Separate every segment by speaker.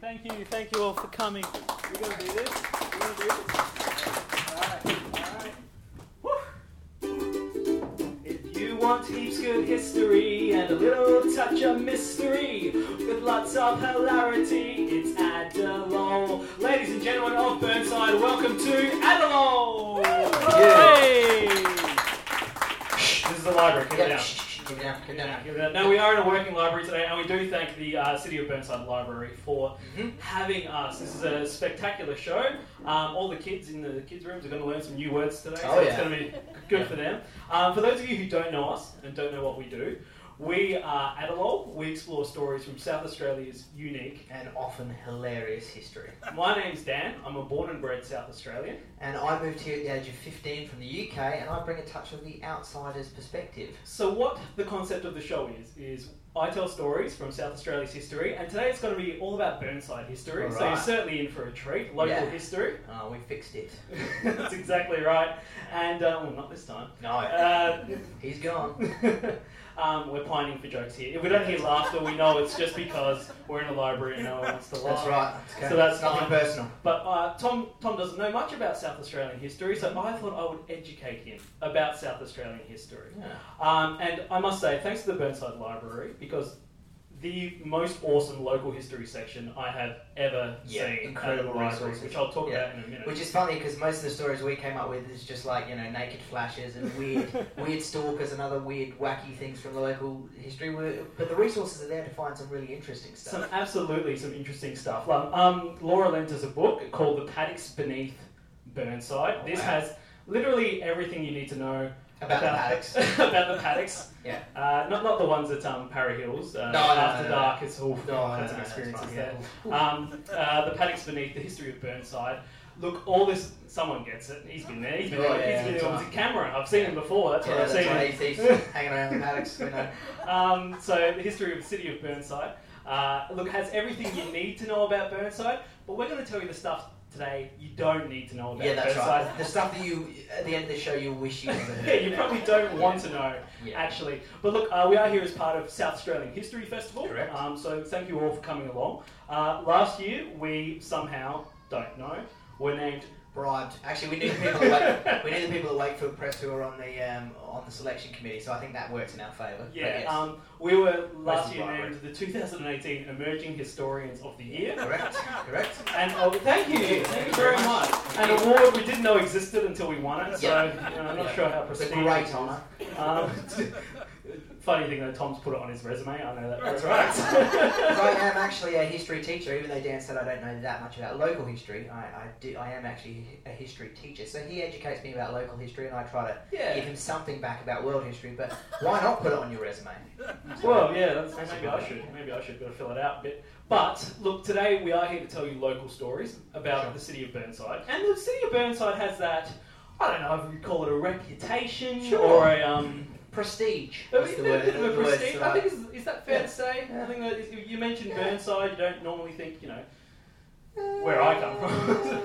Speaker 1: Thank you. Thank you all for coming. We're going to do this. We're going to do this. If you want heaps good history and a little touch of mystery with lots of hilarity, it's Adelol. Ladies and gentlemen of Burnside, welcome to Adelol! Hey! Shh, this is the library, come
Speaker 2: Yeah,
Speaker 1: down.
Speaker 2: shh, shh, shh, get down, get down.
Speaker 1: Give it out. Now we are in a working library today, and we do thank the uh, City of Burnside Library for
Speaker 2: Mhm.
Speaker 1: having us. This is a spectacular show. Um, all the kids in the kids' rooms are going to learn some new words today, so
Speaker 2: Oh,
Speaker 1: it's
Speaker 2: yeah.
Speaker 1: going to be good for them. Um, for those of you who don't know us and don't know what we do, we are Adelol. We explore stories from South Australia's unique.
Speaker 2: And often hilarious history.
Speaker 1: My name's Dan. I'm a born and bred South Australian.
Speaker 2: And I moved here at the age of 15 from the UK, and I bring a touch of the outsider's perspective.
Speaker 1: So what the concept of the show is is I tell stories from South Australia's history, and today it's going to be all about Burnside history. So you're
Speaker 2: Alright.
Speaker 1: certainly in for a treat. Local
Speaker 2: Yeah.
Speaker 1: history.
Speaker 2: Oh, we fixed it.
Speaker 1: That's exactly right. And uh, well, not this time.
Speaker 2: No.
Speaker 1: Uh,
Speaker 2: He's gone.
Speaker 1: um, we're pining for jokes here. If we don't hear laughter, we know it's just because we're in a library and no one wants to laugh.
Speaker 2: That's right. Okay.
Speaker 1: So that's
Speaker 2: nothing
Speaker 1: fine.
Speaker 2: personal.
Speaker 1: But uh, Tom Tom doesn't know much about South Australian history, so I thought I would educate him about South Australian history. Um, and I must say, thanks to the Burnside Library, because the most awesome local history section I have ever
Speaker 2: Yeah,
Speaker 1: seen at the
Speaker 2: incredible
Speaker 1: library,
Speaker 2: resources.
Speaker 1: which I'll talk
Speaker 2: Yeah.
Speaker 1: about in a minute.
Speaker 2: Which is funny because most of the stories we came up with is just like you know naked flashes and weird, weird stalkers and other weird, wacky things from the local history. We're- But the resources are there to find some really interesting
Speaker 1: Some
Speaker 2: stuff.
Speaker 1: absolutely some interesting stuff. Um, um, Laura lent us a book called "The Paddocks Beneath Burnside." This
Speaker 2: Wow.
Speaker 1: has literally everything you need to know
Speaker 2: About the paddocks.
Speaker 1: about the paddocks.
Speaker 2: Yeah.
Speaker 1: Uh, not not the ones at um, Parry Hills. Uh,
Speaker 2: No, no, no,
Speaker 1: after
Speaker 2: no, no.
Speaker 1: dark, it's all
Speaker 2: No, I
Speaker 1: kinds
Speaker 2: don't
Speaker 1: of
Speaker 2: know,
Speaker 1: experiences
Speaker 2: that's
Speaker 1: there.
Speaker 2: fine,
Speaker 1: Um, uh, the paddocks beneath the history of Burnside. Look, all this. Someone gets it. He's been there. He's been
Speaker 2: Oh,
Speaker 1: there.
Speaker 2: yeah,
Speaker 1: he's been
Speaker 2: that's
Speaker 1: there
Speaker 2: right.
Speaker 1: with the camera. I've seen him before. That's what
Speaker 2: Yeah,
Speaker 1: I've
Speaker 2: that's
Speaker 1: seen.
Speaker 2: right. He's, he's hanging around the paddocks. You know.
Speaker 1: Um, so the history of the city of Burnside. Uh, look, has everything you need to know about Burnside, but we're going to tell you the stuff today you don't need to know about
Speaker 2: Yeah, that's
Speaker 1: Burnside.
Speaker 2: right. The stuff that you at the end of the show you wish you never
Speaker 1: yeah,
Speaker 2: heard.
Speaker 1: you probably don't want to know,
Speaker 2: Yeah.
Speaker 1: actually. But look, uh, we are here as part of South Australian History Festival.
Speaker 2: Correct.
Speaker 1: Um, so thank you all for coming along. Uh, last year, we somehow don't know were named
Speaker 2: bribed. Actually, we knew the people at Wake, we knew the people at Wakefield Press who were on the um, on the selection committee, so I think that works in our favour.
Speaker 1: Yeah,
Speaker 2: But yes.
Speaker 1: um, we were last
Speaker 2: Mostly
Speaker 1: year
Speaker 2: right,
Speaker 1: named the 2018 Emerging Historians of the Year.
Speaker 2: correct, correct.
Speaker 1: And oh, thank you, thank you very much. An award we didn't know existed until we won it, so
Speaker 2: Yeah.
Speaker 1: you know, I'm not
Speaker 2: Yeah.
Speaker 1: sure how
Speaker 2: It's a
Speaker 1: prestigious.
Speaker 2: great honour.
Speaker 1: Um, funny thing though, Tom's put it on his resume. I know that.
Speaker 2: That's
Speaker 1: right.
Speaker 2: I am actually a history teacher, even though Dan said I don't know that much about local history. I, I do. I am actually a history teacher, so he educates me about local history, and I try to give
Speaker 1: yeah.
Speaker 2: him something back about world history. But why not put it on your resume?
Speaker 1: Well, yeah. That's,
Speaker 2: That's
Speaker 1: maybe
Speaker 2: a
Speaker 1: I
Speaker 2: good
Speaker 1: should. Maybe I should. Got to fill it out a bit. But look, today we are here to tell you local stories about
Speaker 2: Sure.
Speaker 1: the city of Burnside, and the city of Burnside has that. I don't know if you call it a reputation
Speaker 2: Sure.
Speaker 1: or a um.
Speaker 2: Prestige.
Speaker 1: I
Speaker 2: That's
Speaker 1: mean,
Speaker 2: the
Speaker 1: a
Speaker 2: word.
Speaker 1: bit of a
Speaker 2: the word's
Speaker 1: prestige.
Speaker 2: the
Speaker 1: I
Speaker 2: right-
Speaker 1: think is, is that fair to say?
Speaker 2: Yeah.
Speaker 1: I think that is, you mentioned
Speaker 2: Yeah.
Speaker 1: Burnside. You don't normally think, you know, where I come from.
Speaker 2: Uh, no,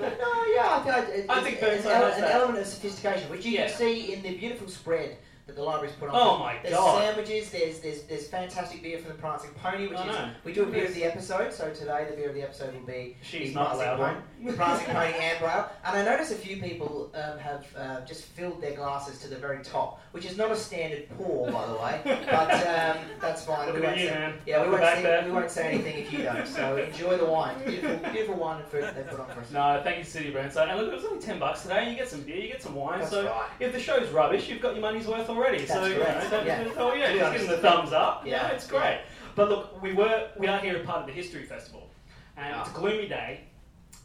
Speaker 2: yeah, I think, I, it's-
Speaker 1: I think
Speaker 2: it's
Speaker 1: Burnside
Speaker 2: an, ele-
Speaker 1: has
Speaker 2: an
Speaker 1: that.
Speaker 2: element of sophistication, which you
Speaker 1: Yeah.
Speaker 2: can see in the beautiful spread that the library's put on.
Speaker 1: oh my
Speaker 2: there's
Speaker 1: god.
Speaker 2: sandwiches, there's, there's there's fantastic beer from the Prancing Pony, which
Speaker 1: I
Speaker 2: is
Speaker 1: know.
Speaker 2: we do a beer of the episode. So today the beer of the episode will be
Speaker 1: She's
Speaker 2: the
Speaker 1: not
Speaker 2: Prancing
Speaker 1: allowed
Speaker 2: Pony, the
Speaker 1: one.
Speaker 2: Prancing Pony Amber Ale. And I notice a few people um, have uh, just filled their glasses to the very top, which is not a standard pour, by the way. But um, that's fine.
Speaker 1: Look
Speaker 2: we
Speaker 1: at
Speaker 2: won't
Speaker 1: you,
Speaker 2: say-
Speaker 1: man.
Speaker 2: yeah, we
Speaker 1: Look
Speaker 2: won't,
Speaker 1: back
Speaker 2: say,
Speaker 1: there.
Speaker 2: we won't say anything if you don't. So enjoy the wine. Beautiful, beautiful wine and food that they put on for us.
Speaker 1: No, thank you, City Burnside. And look, it was only ten bucks today. You get some beer, you get some wine.
Speaker 2: That's
Speaker 1: so
Speaker 2: right.
Speaker 1: if the show's rubbish, you've got your money's worth already.
Speaker 2: That's
Speaker 1: so you know,
Speaker 2: correct.
Speaker 1: don't
Speaker 2: Yeah.
Speaker 1: oh yeah,
Speaker 2: To
Speaker 1: just
Speaker 2: be
Speaker 1: give
Speaker 2: honest.
Speaker 1: them the thumbs up.
Speaker 2: Yeah.
Speaker 1: it's great. But look, we were we are here as part of the history festival, and it's a gloomy day.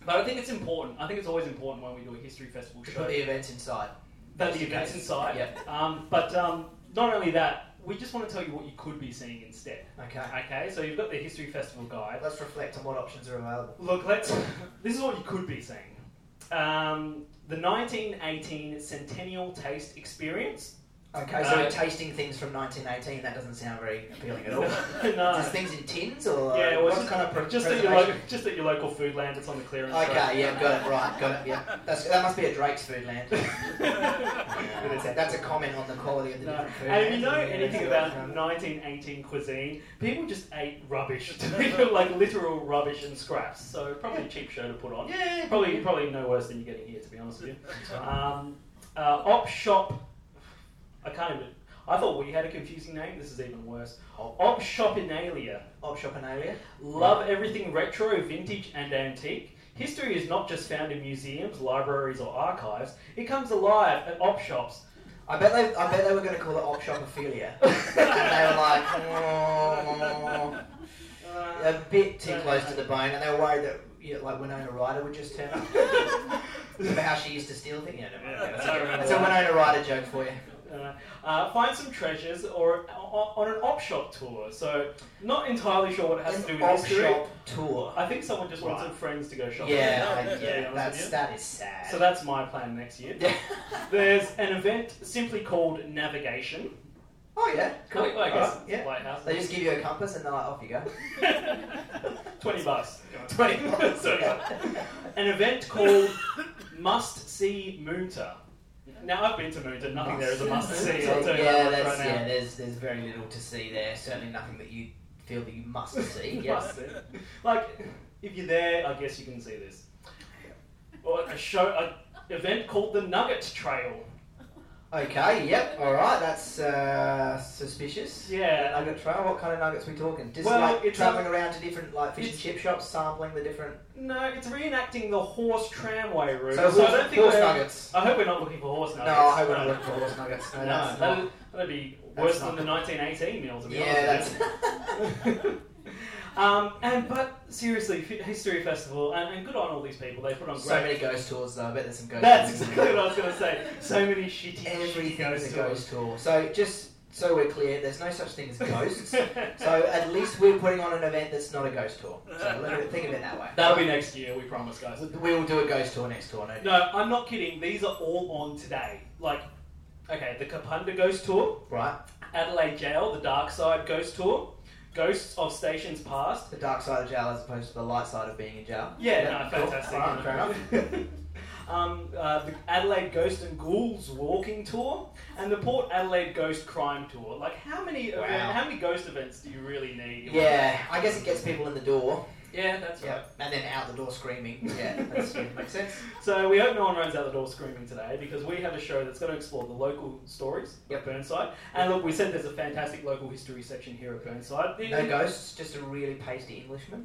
Speaker 1: But I think it's important. I think it's always important when we do a history festival
Speaker 2: To
Speaker 1: show.
Speaker 2: put the events inside.
Speaker 1: that the
Speaker 2: Just in
Speaker 1: events
Speaker 2: case.
Speaker 1: inside.
Speaker 2: Yep.
Speaker 1: Um, but um, not only that, we just want to tell you what you could be seeing instead.
Speaker 2: Okay.
Speaker 1: Okay, so you've got the History Festival guide.
Speaker 2: Let's reflect on what options are available.
Speaker 1: Look, let's. This is what you could be seeing. Um, the 1918 Centennial Taste Experience.
Speaker 2: Okay, so
Speaker 1: Uh,
Speaker 2: we're tasting things from 1918. That doesn't sound very appealing at all.
Speaker 1: no.
Speaker 2: Just things in tins or
Speaker 1: Yeah, well,
Speaker 2: what
Speaker 1: just-
Speaker 2: kind of pre-
Speaker 1: Just at, your local,
Speaker 2: preservation?
Speaker 1: just at your local food land that's on the clearance.
Speaker 2: Okay, yeah, got it, right, got it, yeah. That's, that must be a Drake's food land.
Speaker 1: yeah.
Speaker 2: That's a- that's a comment on the quality of the
Speaker 1: No.
Speaker 2: different food.
Speaker 1: And if you
Speaker 2: lands.
Speaker 1: know
Speaker 2: Yeah,
Speaker 1: anything
Speaker 2: that's
Speaker 1: about
Speaker 2: good.
Speaker 1: 1918 cuisine, people just ate rubbish, like literal rubbish and scraps. So probably a cheap show to put on.
Speaker 2: Yeah,
Speaker 1: Probably, probably no worse than you're getting here, to be honest with you. Um, uh, op shop. I can't even. I thought we had a confusing name. This is even worse. Op shop inalia.
Speaker 2: Op shop and alien.
Speaker 1: Love everything retro, vintage, and antique. History is not just found in museums, libraries, or archives. It comes alive at op shops.
Speaker 2: I bet they, I bet they were going to call it op shop ophilia. and they were like, "Oh,
Speaker 1: Uh,
Speaker 2: a bit too close to the bone, and they were worried that you know, like Winona Ryder would just turn up.
Speaker 1: Uh,
Speaker 2: Remember how she used to steal things? Yeah, no,
Speaker 1: Yeah,
Speaker 2: that's,
Speaker 1: I
Speaker 2: a,
Speaker 1: remember
Speaker 2: that's a
Speaker 1: that.
Speaker 2: Winona Ryder joke for you.
Speaker 1: Uh, uh, find some treasures or o- on an op shop tour. So, not entirely sure what it has to do
Speaker 2: An
Speaker 1: with
Speaker 2: op
Speaker 1: history.
Speaker 2: shop tour.
Speaker 1: I think someone just wants
Speaker 2: Right.
Speaker 1: some friends to go shopping.
Speaker 2: Yeah, I-
Speaker 1: To be
Speaker 2: yeah,
Speaker 1: honest
Speaker 2: that's
Speaker 1: with
Speaker 2: that is
Speaker 1: you.
Speaker 2: sad.
Speaker 1: So that's my plan next year. There's an event simply called Navigation.
Speaker 2: oh yeah, cool.
Speaker 1: Well, I guess
Speaker 2: Alright,
Speaker 1: it's
Speaker 2: yeah.
Speaker 1: Lighthouse.
Speaker 2: They just give you a compass and they're like, off you go.
Speaker 1: 20 bucks.
Speaker 2: 20 bucks.
Speaker 1: Sorry. An event called Must See Moonta. Now, I've been to Moonta, nothing there is a must see. I'll tell you
Speaker 2: yeah,
Speaker 1: that much
Speaker 2: that's,
Speaker 1: right
Speaker 2: yeah
Speaker 1: now.
Speaker 2: there's, there's very little to see there. Certainly nothing that you feel that you must see.
Speaker 1: Must
Speaker 2: Yes.
Speaker 1: see. Like, if you're there, I guess you can see this. Or a show, an event called the Nugget Trail.
Speaker 2: okay, yep, alright, that's uh, suspicious.
Speaker 1: Yeah.
Speaker 2: Nugget trail, what kind of nuggets we talking? Just
Speaker 1: Well,
Speaker 2: like
Speaker 1: it's um,
Speaker 2: travelling around to different like fish and
Speaker 1: it's-
Speaker 2: chip shops, sampling the different.
Speaker 1: No, it's reenacting the horse tramway route.
Speaker 2: So,
Speaker 1: I
Speaker 2: horse,
Speaker 1: don't think
Speaker 2: horse
Speaker 1: we're-
Speaker 2: nuggets.
Speaker 1: I hope we're not looking for horse
Speaker 2: No,
Speaker 1: nuggets.
Speaker 2: I hope we're not
Speaker 1: No.
Speaker 2: looking for horse nuggets. No,
Speaker 1: No,
Speaker 2: that's not.
Speaker 1: that'd, that'd be worse
Speaker 2: That's
Speaker 1: than the 1918 meal, to be
Speaker 2: Yeah,
Speaker 1: honest.
Speaker 2: that's.
Speaker 1: with you. um, and but seriously, F- History Festival, and, and good on all these people. They put on
Speaker 2: so
Speaker 1: great.
Speaker 2: many ghost tours though. I bet there's some ghost.
Speaker 1: That's
Speaker 2: tours.
Speaker 1: exactly what I was going to say. So many shitty, shitty
Speaker 2: Everything's
Speaker 1: ghost
Speaker 2: a
Speaker 1: tours.
Speaker 2: ghost tour. So just so we're clear, there's no such thing as ghosts. so at least we're putting on an event that's not a ghost tour. So let it, think of it that way.
Speaker 1: That'll be next year. We promise, guys.
Speaker 2: We will do a ghost tour next tour. No.
Speaker 1: No, I'm not kidding. These are all on today. Like, okay, the Kapunda Ghost Tour,
Speaker 2: Right.
Speaker 1: Adelaide Jail, the Dark Side Ghost Tour, Ghosts of Stations Past.
Speaker 2: The dark side of jail as opposed to the light side of being in jail.
Speaker 1: Yeah, no,
Speaker 2: cool.
Speaker 1: fantastic.
Speaker 2: Alright, fair enough.
Speaker 1: um, uh, the Adelaide Ghost and Ghouls Walking Tour and the Port Adelaide Ghost Crime Tour. Like, how many
Speaker 2: Wow.
Speaker 1: event- how many ghost events do you really need?
Speaker 2: Yeah, I guess it gets people in the door.
Speaker 1: yeah, that's
Speaker 2: Yeah,
Speaker 1: right.
Speaker 2: and then out the door screaming. Yeah, that's, makes sense.
Speaker 1: So we hope no one runs out the door screaming today because we have a show that's going to explore the local stories
Speaker 2: Yep.
Speaker 1: of Burnside. And look, we said there's a fantastic local history section here at Burnside.
Speaker 2: No ghosts, just a really pasty Englishman.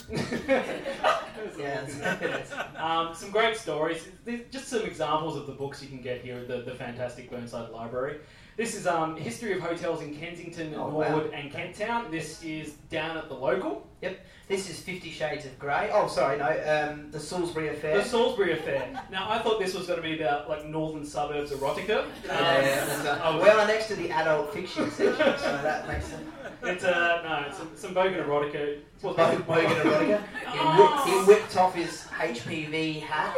Speaker 2: Yeah, that's-
Speaker 1: Um, some great stories. There's Just some examples of the books you can get here at the, the fantastic Burnside Library. This is um, History of Hotels in Kensington,
Speaker 2: Oh, wow.
Speaker 1: Norwood, and Kent Town. This is down at the local.
Speaker 2: This is Fifty Shades of Grey. Oh, sorry, no, um, the Salisbury Affair.
Speaker 1: The Salisbury Affair. Now, I thought this was going to be about like northern suburbs erotica. Um,
Speaker 2: Yeah, yeah, that's right.
Speaker 1: I was-
Speaker 2: well, uh, next to the adult fiction section, so that makes sense.
Speaker 1: It's uh, no, it's some, some Bogan erotica. Well,
Speaker 2: Bogan Erotica. He whipped, he whipped off his HPV hat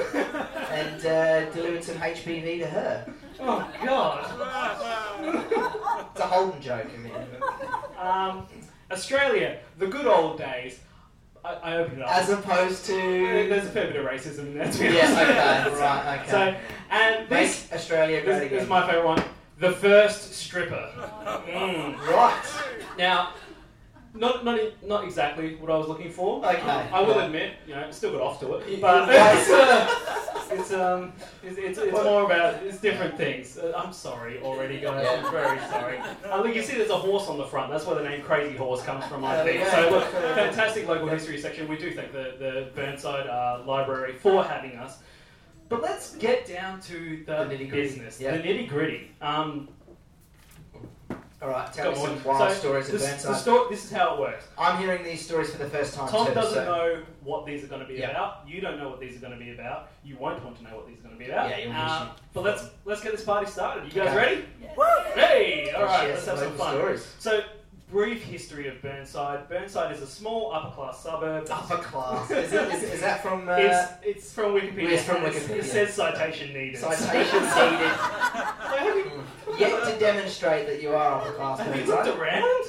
Speaker 2: and uh, delivered some HPV to her.
Speaker 1: Oh God.
Speaker 2: It's a Holden joke, I mean.
Speaker 1: Um, Australia, the good old days. I, I opened it up.
Speaker 2: As opposed to.
Speaker 1: There's a fair bit of racism in there. To be honest.
Speaker 2: Yeah, okay, right, okay.
Speaker 1: So, and this,
Speaker 2: Make Australia
Speaker 1: this, this
Speaker 2: great
Speaker 1: is
Speaker 2: again.
Speaker 1: my favourite one. The first stripper. Mm.
Speaker 2: Right.
Speaker 1: Now, not, not not exactly what I was looking for.
Speaker 2: Okay.
Speaker 1: I will admit, you know, still got off to it, but it's, uh,
Speaker 2: But
Speaker 1: it's um, it's, it's, it's more about it's different things. Uh, I'm sorry already, guys. I'm very sorry. Uh, look, you see, there's a horse on the front. That's where the name Crazy Horse comes from, I
Speaker 2: There we
Speaker 1: think.
Speaker 2: go.
Speaker 1: So, look, fantastic local history section. We do thank the the Burnside uh, Library for having us. But let's get down to the,
Speaker 2: The nitty-gritty.
Speaker 1: business,
Speaker 2: Yeah.
Speaker 1: the nitty gritty. Um,
Speaker 2: all right, tell me
Speaker 1: come on.
Speaker 2: some wild
Speaker 1: So,
Speaker 2: stories of
Speaker 1: this, the
Speaker 2: Burnside.
Speaker 1: sto- this is how it works.
Speaker 2: I'm hearing these stories for the first time.
Speaker 1: Tom
Speaker 2: too,
Speaker 1: doesn't
Speaker 2: so.
Speaker 1: know what these are going to be
Speaker 2: Yeah.
Speaker 1: about. You don't know what these are going to be about. You won't want to know what these are going to be about.
Speaker 2: Yeah, you'll
Speaker 1: Uh,
Speaker 2: wish
Speaker 1: but let's let's get this party started. You guys
Speaker 2: Okay.
Speaker 1: ready?
Speaker 3: Yeah.
Speaker 1: Hey! All
Speaker 2: She
Speaker 1: right,
Speaker 2: has
Speaker 1: let's have some
Speaker 2: local
Speaker 1: fun.
Speaker 2: Stories.
Speaker 1: So, brief history of Burnside. Burnside is a small upper class suburb.
Speaker 2: Upper class. Is, it, is, is that from uh,
Speaker 1: It's, it's from Wikipedia.
Speaker 2: It's from
Speaker 1: It
Speaker 2: Wikipedia.
Speaker 1: says citation needed.
Speaker 2: citations needed?
Speaker 1: have you,
Speaker 2: Yet to demonstrate that you are upper class.
Speaker 1: have you
Speaker 2: Burnside.
Speaker 1: looked around?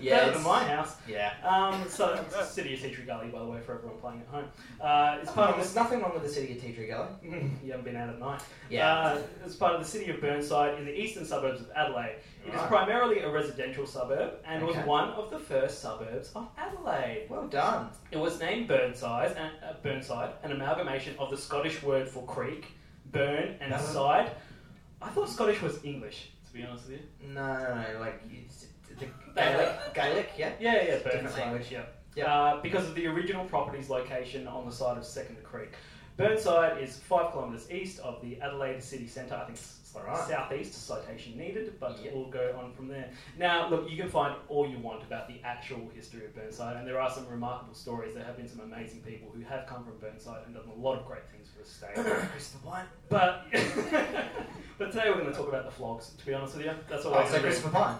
Speaker 2: Yeah,
Speaker 1: Better than my
Speaker 2: it's-
Speaker 1: house.
Speaker 2: yeah.
Speaker 1: Um, so, it's City of Teacher Gully, by the way, for everyone playing at home. Uh, it's part of
Speaker 2: there's nothing wrong with the city of Teetrigala.
Speaker 1: the. you haven't been out at night.
Speaker 2: Yeah.
Speaker 1: Uh, it's part of the City of Burnside in the eastern suburbs of Adelaide. It is
Speaker 2: Right.
Speaker 1: primarily a residential suburb and was
Speaker 2: Okay.
Speaker 1: one of the first suburbs of Adelaide.
Speaker 2: well done.
Speaker 1: It was named Burnside, and, uh, Burnside, an amalgamation of the Scottish word for creek, burn, and
Speaker 2: No.
Speaker 1: side. I thought Scottish was English, to be honest with you.
Speaker 2: No, no, no. Like it's, the
Speaker 1: Gaelic.
Speaker 2: Gaelic, Gaelic, yeah.
Speaker 1: Yeah, yeah,
Speaker 2: Different
Speaker 1: Burnside.
Speaker 2: language.
Speaker 1: Yeah.
Speaker 2: Yeah.
Speaker 1: Uh, because of the original property's location on the side of Second Creek. Burnside is five kilometres east of the Adelaide city centre. I think it's slightly
Speaker 2: Right.
Speaker 1: southeast, citation needed, but
Speaker 2: Yeah.
Speaker 1: we'll go on from there. Now, look, you can find all you want about the actual history of Burnside, and there are some remarkable stories. There have been some amazing people who have come from Burnside and done a lot of great things for the state.
Speaker 2: Who's the one?
Speaker 1: but, but today we're going to talk about the flogs, to be honest with you. That's all
Speaker 2: Oh,
Speaker 1: I'm
Speaker 2: so
Speaker 1: going to
Speaker 2: Christopher Pine.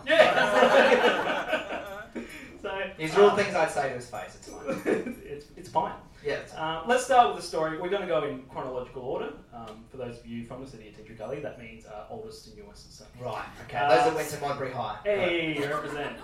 Speaker 1: Yeah! so,
Speaker 2: These are all
Speaker 1: um,
Speaker 2: things I'd say to his face. It's fine.
Speaker 1: it's, it's fine.
Speaker 2: Yeah. It's,
Speaker 1: Uh, let's start with the story. We're going to go in chronological order. Um, for those of you from the city of Tetra Gully, that means uh, oldest to newest. So.
Speaker 2: right. Okay.
Speaker 1: Uh,
Speaker 2: Those that went to Modbury High.
Speaker 1: Hey, you represent.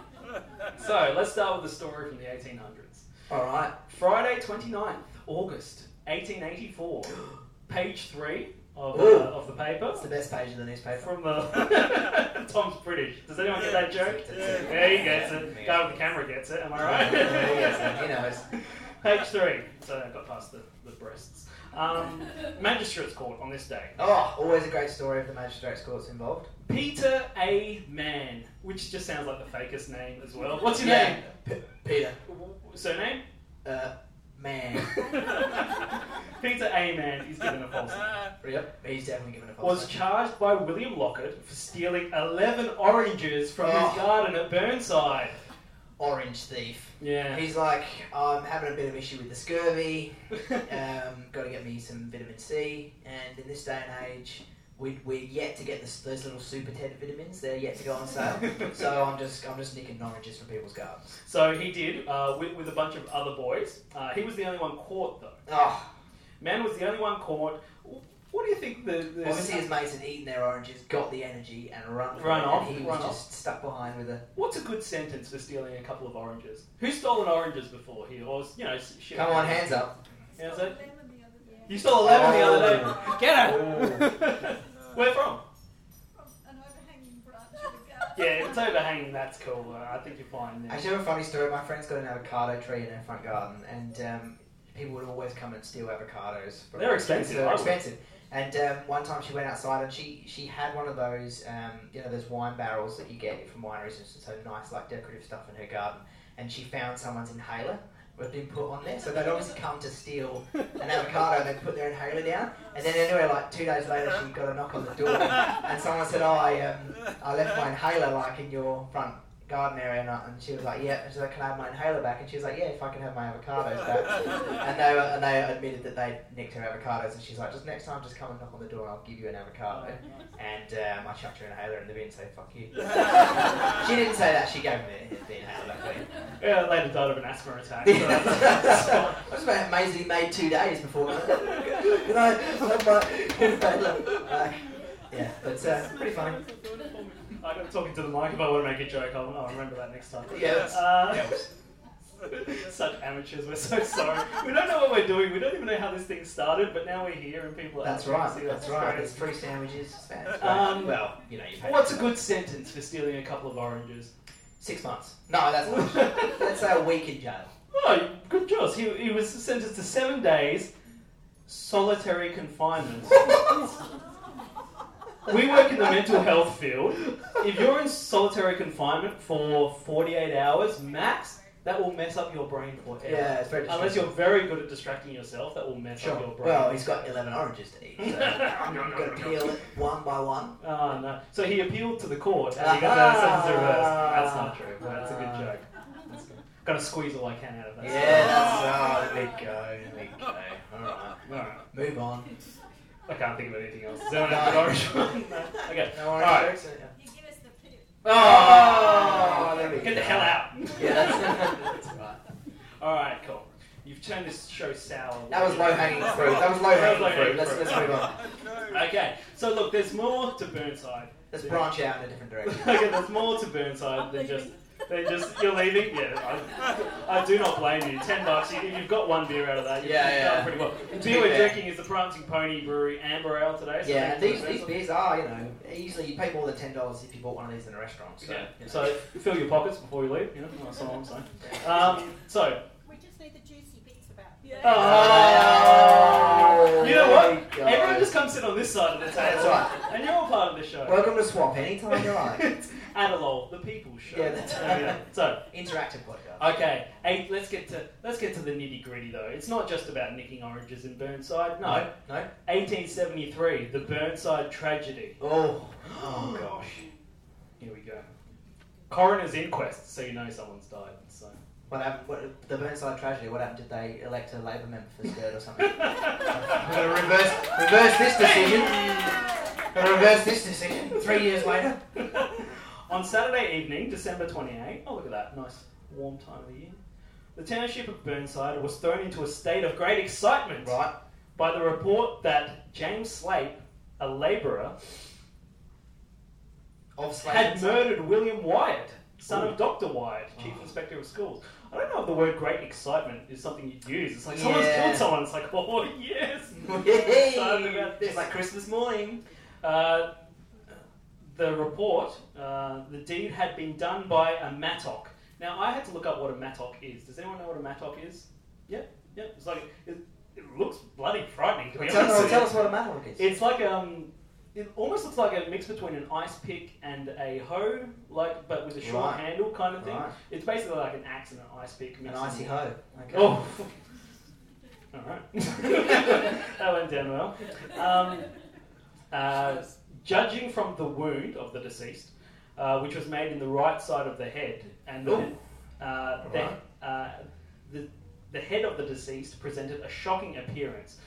Speaker 1: so let's start with the story from the 1800s.
Speaker 2: All right.
Speaker 1: Friday, 29th August, 1884, page three of, uh,
Speaker 2: Ooh.
Speaker 1: of the paper.
Speaker 2: That's the best page of the newspaper.
Speaker 1: From the Tom's British. Does anyone get that joke?
Speaker 2: Yeah.
Speaker 1: Yeah, he gets it. Guy with the camera gets it. Am I right?
Speaker 2: Yes, he knows.
Speaker 1: Page three. So I got past the, the breasts. Um, magistrates court on this day.
Speaker 2: Oh, always a great story of the magistrates' courts involved.
Speaker 1: Peter A. Mann, which just sounds like the fakest name as well. What's your
Speaker 2: Yeah.
Speaker 1: name?
Speaker 2: P- Peter.
Speaker 1: W- Surname?
Speaker 2: Uh, man.
Speaker 1: Peter A. Mann is given a false name.
Speaker 2: Yep. He's definitely given a false
Speaker 1: Was
Speaker 2: name.
Speaker 1: charged by William Lockett for stealing 11 oranges from
Speaker 2: Oh.
Speaker 1: his garden at Burnside.
Speaker 2: Orange thief.
Speaker 1: Yeah.
Speaker 2: He's like, I'm having a bit of issue with the scurvy. um, got to get me some vitamin C. And in this day and age, we, we're yet to get this, those little super ten vitamins. They're yet to go on sale. so um, I'm just I'm just nicking oranges from people's gardens.
Speaker 1: So he did uh, with, with a bunch of other boys. Uh, he was the only one caught though.
Speaker 2: Oh,
Speaker 1: Man was the only one caught. What do you think the, the
Speaker 2: obviously his mates had eaten their oranges, got the energy, and run. for
Speaker 1: Run
Speaker 2: it,
Speaker 1: off,
Speaker 2: And he
Speaker 1: run
Speaker 2: was just stuck behind with a.
Speaker 1: what's a good sentence for stealing a couple of oranges? Who's stolen oranges before here? Or you know, s- shit.
Speaker 2: Come on, hands up.
Speaker 1: Yeah, so- you stole eleven the
Speaker 2: Oh.
Speaker 1: other day. Get her. Where from? Yeah, if it's overhanging. That's cool. Uh, I think you're fine. There.
Speaker 2: Actually, I have a funny story. My friend's got an avocado tree in her front garden, and um, people would always come and steal avocados. from-
Speaker 1: They're expensive,
Speaker 2: They're
Speaker 1: aren't they?
Speaker 2: expensive. And um, one time she went outside and she, she had one of those um, you know those wine barrels that you get from wineries and so nice like decorative stuff in her garden. And she found someone's inhaler had been put on there, so they'd obviously come to steal an avocado. They put their inhaler down, and then anyway, like two days later, she got a knock on the door, and someone said, "Oh, I um, I left my inhaler like in your front garden area," and, I, and she was like, "Yeah," and she's like, "Can I have my inhaler back?" And she was like, "Yeah, if I can have my avocados back." And they were, and they admitted that they nicked her avocados, and she's like, "Just next time, just come and knock on the door, and I'll give you an avocado." And um, I chucked her inhaler in the bin, so fuck you. She didn't say that. She gave me the, the inhaler back. Then.
Speaker 1: Yeah, later died of an asthma attack. so that's
Speaker 2: I
Speaker 1: fine.
Speaker 2: was about amazingly made two days before. Can I have my uh, Yeah, but uh, pretty funny.
Speaker 1: I got talking to the mic. If I want to make a joke, I'll, I'll remember that next time.
Speaker 2: Yeah, that's-
Speaker 1: Uh,
Speaker 2: yeah,
Speaker 1: Such amateurs, we're so sorry. We don't know what we're doing, we don't even know how this thing started, but now we're here and people are
Speaker 2: That's
Speaker 1: happy to
Speaker 2: right.
Speaker 1: see us.
Speaker 2: That's right.
Speaker 1: Great.
Speaker 2: There's free sandwiches. That's
Speaker 1: Um,
Speaker 2: right. Well, you know, you pay.
Speaker 1: What's a good sentence for stealing a couple of oranges?
Speaker 2: six months? No, that's not. Let's say a week in jail.
Speaker 1: oh, good choice. He, he was sentenced to seven days solitary confinement. we work in the mental health field. If you're in solitary confinement for 48 hours max, that will mess up your brain forever.
Speaker 2: Yeah, it's very.
Speaker 1: Unless
Speaker 2: distressing.
Speaker 1: you're very good at distracting yourself, that will mess up your
Speaker 2: Sure.
Speaker 1: brain.
Speaker 2: Well, he's got eleven oranges to eat. So I'm gonna peel it one by one.
Speaker 1: Ah, no. So he appealed to the court and he got the
Speaker 2: Aha!
Speaker 1: sentence reversed. That's not true. but That's a good joke. That's good. Gotta squeeze all I can out of that.
Speaker 2: Yeah, that's. Oh, there we go. There we go. All right.
Speaker 1: Alright.
Speaker 2: Move on.
Speaker 1: I can't think of anything else. Is there an orange one? No. Okay.
Speaker 2: No
Speaker 1: Alright.
Speaker 2: orange jokes.
Speaker 3: You give us the pip.
Speaker 2: Oh, there we
Speaker 1: Get the hell out.
Speaker 2: Yeah, that's-
Speaker 1: That's right. All right, cool. You've turned this show sour.
Speaker 2: That was low hanging fruit. That was low hanging
Speaker 1: low-hanging
Speaker 2: fruit. Let's,
Speaker 1: fruit.
Speaker 2: let's move on.
Speaker 1: Okay, so look, there's more to Burnside.
Speaker 2: Let's
Speaker 1: Yeah.
Speaker 2: branch out in a different direction.
Speaker 1: okay, there's more to Burnside
Speaker 3: I'm
Speaker 1: than just
Speaker 3: leaving.
Speaker 1: than just you're leaving. Yeah, I, I do not blame you. Ten bucks, you, if you've got one beer out of that, you've
Speaker 2: Yeah, yeah.
Speaker 1: done pretty well. The
Speaker 2: To be
Speaker 1: beer we're
Speaker 2: fair.
Speaker 1: drinking is the Prancing Pony Brewery Amber Ale today. So
Speaker 2: Yeah, and
Speaker 1: thank you
Speaker 2: these,
Speaker 1: for
Speaker 2: these
Speaker 1: that.
Speaker 2: beers are, you know, usually you pay more than ten dollars if you bought one of these in a restaurant. So,
Speaker 1: yeah.
Speaker 2: you know.
Speaker 1: So fill your pockets before you leave. You know, that's all I'm saying. Um, so
Speaker 4: We just need the juicy bits about.
Speaker 3: Yeah.
Speaker 1: Oh. You know
Speaker 2: there
Speaker 1: what?
Speaker 2: we go.
Speaker 1: everyone just come sit on this side of the table,
Speaker 2: That's right.
Speaker 1: and you're all part of the show.
Speaker 2: Welcome to Swamp. Anytime you like.
Speaker 1: It's Adelol, the people's show.
Speaker 2: Oh, Yeah, that's-
Speaker 1: There we go. So.
Speaker 2: Interactive podcast.
Speaker 1: Okay, hey, let's get to let's get to the nitty gritty though. It's not just about nicking oranges in Burnside. No,
Speaker 2: no.
Speaker 1: 1873, the Burnside tragedy.
Speaker 2: Oh.
Speaker 1: Oh gosh, here we go. Coroner's inquest, so you know someone's died. So
Speaker 2: What happened? What, the Burnside tragedy. What happened? Did they elect a Labour member for third or something? I'm gonna reverse reverse this decision. I'm gonna reverse this decision. Three years later.
Speaker 1: On Saturday evening, December 28, oh look at that, nice warm time of the year. The township of Burnside was thrown into a state of great excitement.
Speaker 2: Right.
Speaker 1: by the report that James Slape, a labourer,
Speaker 2: Of slavery.
Speaker 1: had murdered William Wyatt, son
Speaker 2: Ooh.
Speaker 1: of Dr. Wyatt, chief
Speaker 2: Oh.
Speaker 1: inspector of schools. I don't know if the word great excitement is something you'd use. It's like someone's
Speaker 2: Yeah.
Speaker 1: killed someone. It's like, oh, yes.
Speaker 2: Yay!
Speaker 1: Excited about this.
Speaker 2: Just like Christmas morning.
Speaker 1: Uh, the report, uh, the deed had been done by a mattock. Now, I had to look up what a mattock is. Does anyone know what a mattock is? Yep, yep. It's like, it, it looks bloody frightening. To be
Speaker 2: Tell,
Speaker 1: honest with
Speaker 2: us,
Speaker 1: you.
Speaker 2: tell us what a matlock is.
Speaker 1: It's like um, it almost looks like a mix between an ice pick and a hoe, like but with a short
Speaker 2: Right.
Speaker 1: handle kind of thing.
Speaker 2: Right.
Speaker 1: It's basically like an axe and an ice pick.
Speaker 2: An
Speaker 1: mixed
Speaker 2: icy
Speaker 1: in.
Speaker 2: hoe. Okay.
Speaker 1: Oh. All right. that went down well. Um, uh, judging from the wound of the deceased, uh, which was made in the right side of the head, and the,
Speaker 2: Ooh.
Speaker 1: uh,
Speaker 2: Right.
Speaker 1: the, uh, the the head of the deceased presented a shocking appearance.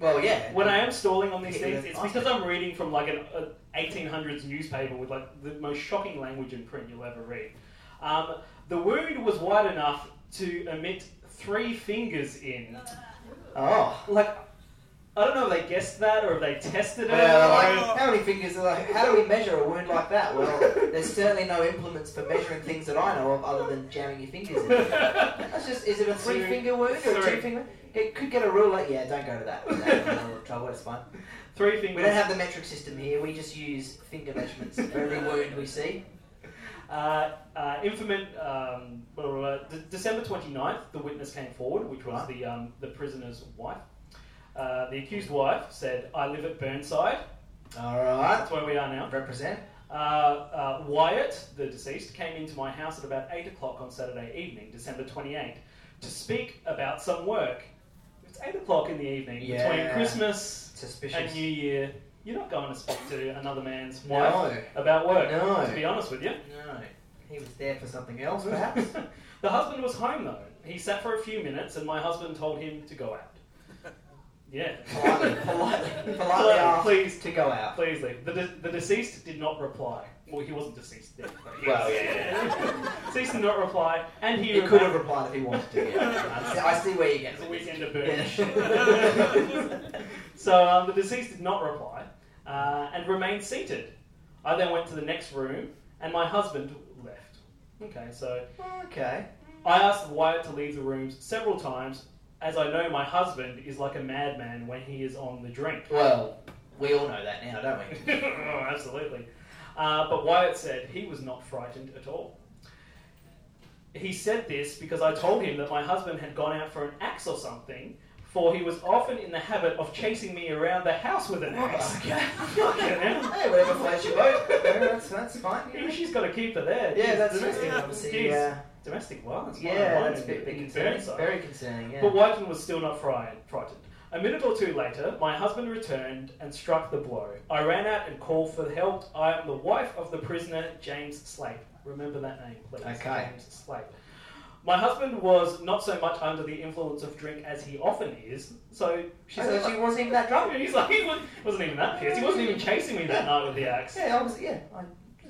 Speaker 2: Well, yeah.
Speaker 1: When I am stalling on these
Speaker 2: Yeah,
Speaker 1: things,
Speaker 2: that's
Speaker 1: it's
Speaker 2: awesome.
Speaker 1: because I'm reading from like an uh, 1800s newspaper with like the most shocking language in print you'll ever read. Um, the wound was wide enough to emit three fingers in.
Speaker 2: Oh.
Speaker 1: Like, I don't know if they guessed that or if they tested it.
Speaker 2: Well,
Speaker 1: or-
Speaker 2: like, how many fingers are like, how do we measure a wound like that? Well, there's certainly no implements for measuring things that I know of other than jamming your fingers in. That's just, is it a three
Speaker 1: Two.
Speaker 2: finger wound or a
Speaker 1: Three.
Speaker 2: two finger? It could get a rule like, yeah, don't go to that. That's a little trouble, it's fine.
Speaker 1: three
Speaker 2: We don't
Speaker 1: fingers.
Speaker 2: have the metric system here, we just use finger measurements for every wound we see.
Speaker 1: Uh, uh, infamous, um, blah, blah, blah. De- December 29th, the witness came forward, which was
Speaker 2: Right.
Speaker 1: the, um, the prisoner's wife. Uh, the accused wife said, I live at Burnside.
Speaker 2: Alright.
Speaker 1: That's where we are now.
Speaker 2: Represent.
Speaker 1: Uh, uh, Wyatt, the deceased, came into my house at about 8 o'clock on Saturday evening, December 28, to speak about some work. It's 8 o'clock in the evening, between
Speaker 2: Yeah.
Speaker 1: Christmas
Speaker 2: Suspicious.
Speaker 1: and New Year. You're not going to speak to another man's wife
Speaker 2: no.
Speaker 1: about work,
Speaker 2: No.
Speaker 1: to be honest with you.
Speaker 2: No. He was there for something else, perhaps.
Speaker 1: the husband was home, though. He sat for a few minutes, and my husband told him to go out. Yeah.
Speaker 2: politely, politely, politely
Speaker 1: Politely,
Speaker 2: asked
Speaker 1: please.
Speaker 2: to go out.
Speaker 1: Please leave. The, de- the deceased did not reply. Well, he wasn't deceased then. but he-
Speaker 2: Well,
Speaker 1: deceased did not reply, and he,
Speaker 2: He could have
Speaker 1: remained-
Speaker 2: replied if he wanted to. Yeah. I, see, I see where you get
Speaker 1: It's a
Speaker 2: it.
Speaker 1: weekend of Burnish.
Speaker 2: Yeah.
Speaker 1: so um, the deceased did not reply uh, and remained seated. I then went to the next room, and my husband left. Okay, so
Speaker 2: okay.
Speaker 1: I asked Wyatt to leave the rooms several times, as I know my husband is like a madman when he is on the drink.
Speaker 2: Well, we all know that now, don't we?
Speaker 1: oh, absolutely. Uh, but Wyatt said he was not frightened at all. He said this because I told him that my husband had gone out for an axe or something, for he was often in the habit of chasing me around the house with an axe.
Speaker 2: Okay.
Speaker 1: Fucking hell.
Speaker 2: Hey, whatever floats your boat. Yeah, that's, that's fine.
Speaker 1: Even
Speaker 2: Yeah,
Speaker 1: She's got a keeper there.
Speaker 2: yeah
Speaker 1: Jeez,
Speaker 2: that's
Speaker 1: domestic,
Speaker 2: interesting, obviously.
Speaker 1: Jeez,
Speaker 2: Yeah,
Speaker 1: domestic violence.
Speaker 2: yeah that's a
Speaker 1: a
Speaker 2: bit, bit concerning. Very concerning, yeah.
Speaker 1: But Whiten was still not fri- frightened. A minute or two later, my husband returned and struck the blow. I ran out and called for help. I am the wife of the prisoner, James Slape. Remember that name, please.
Speaker 2: Okay.
Speaker 1: James Slape. My husband was not so much under the influence of drink as he often is, so she
Speaker 2: I
Speaker 1: said,
Speaker 2: thought she wasn't even that drunk.
Speaker 1: He's like, he wa- wasn't even that pissed. He wasn't even chasing me that night with the axe.
Speaker 2: Yeah, I was, yeah. I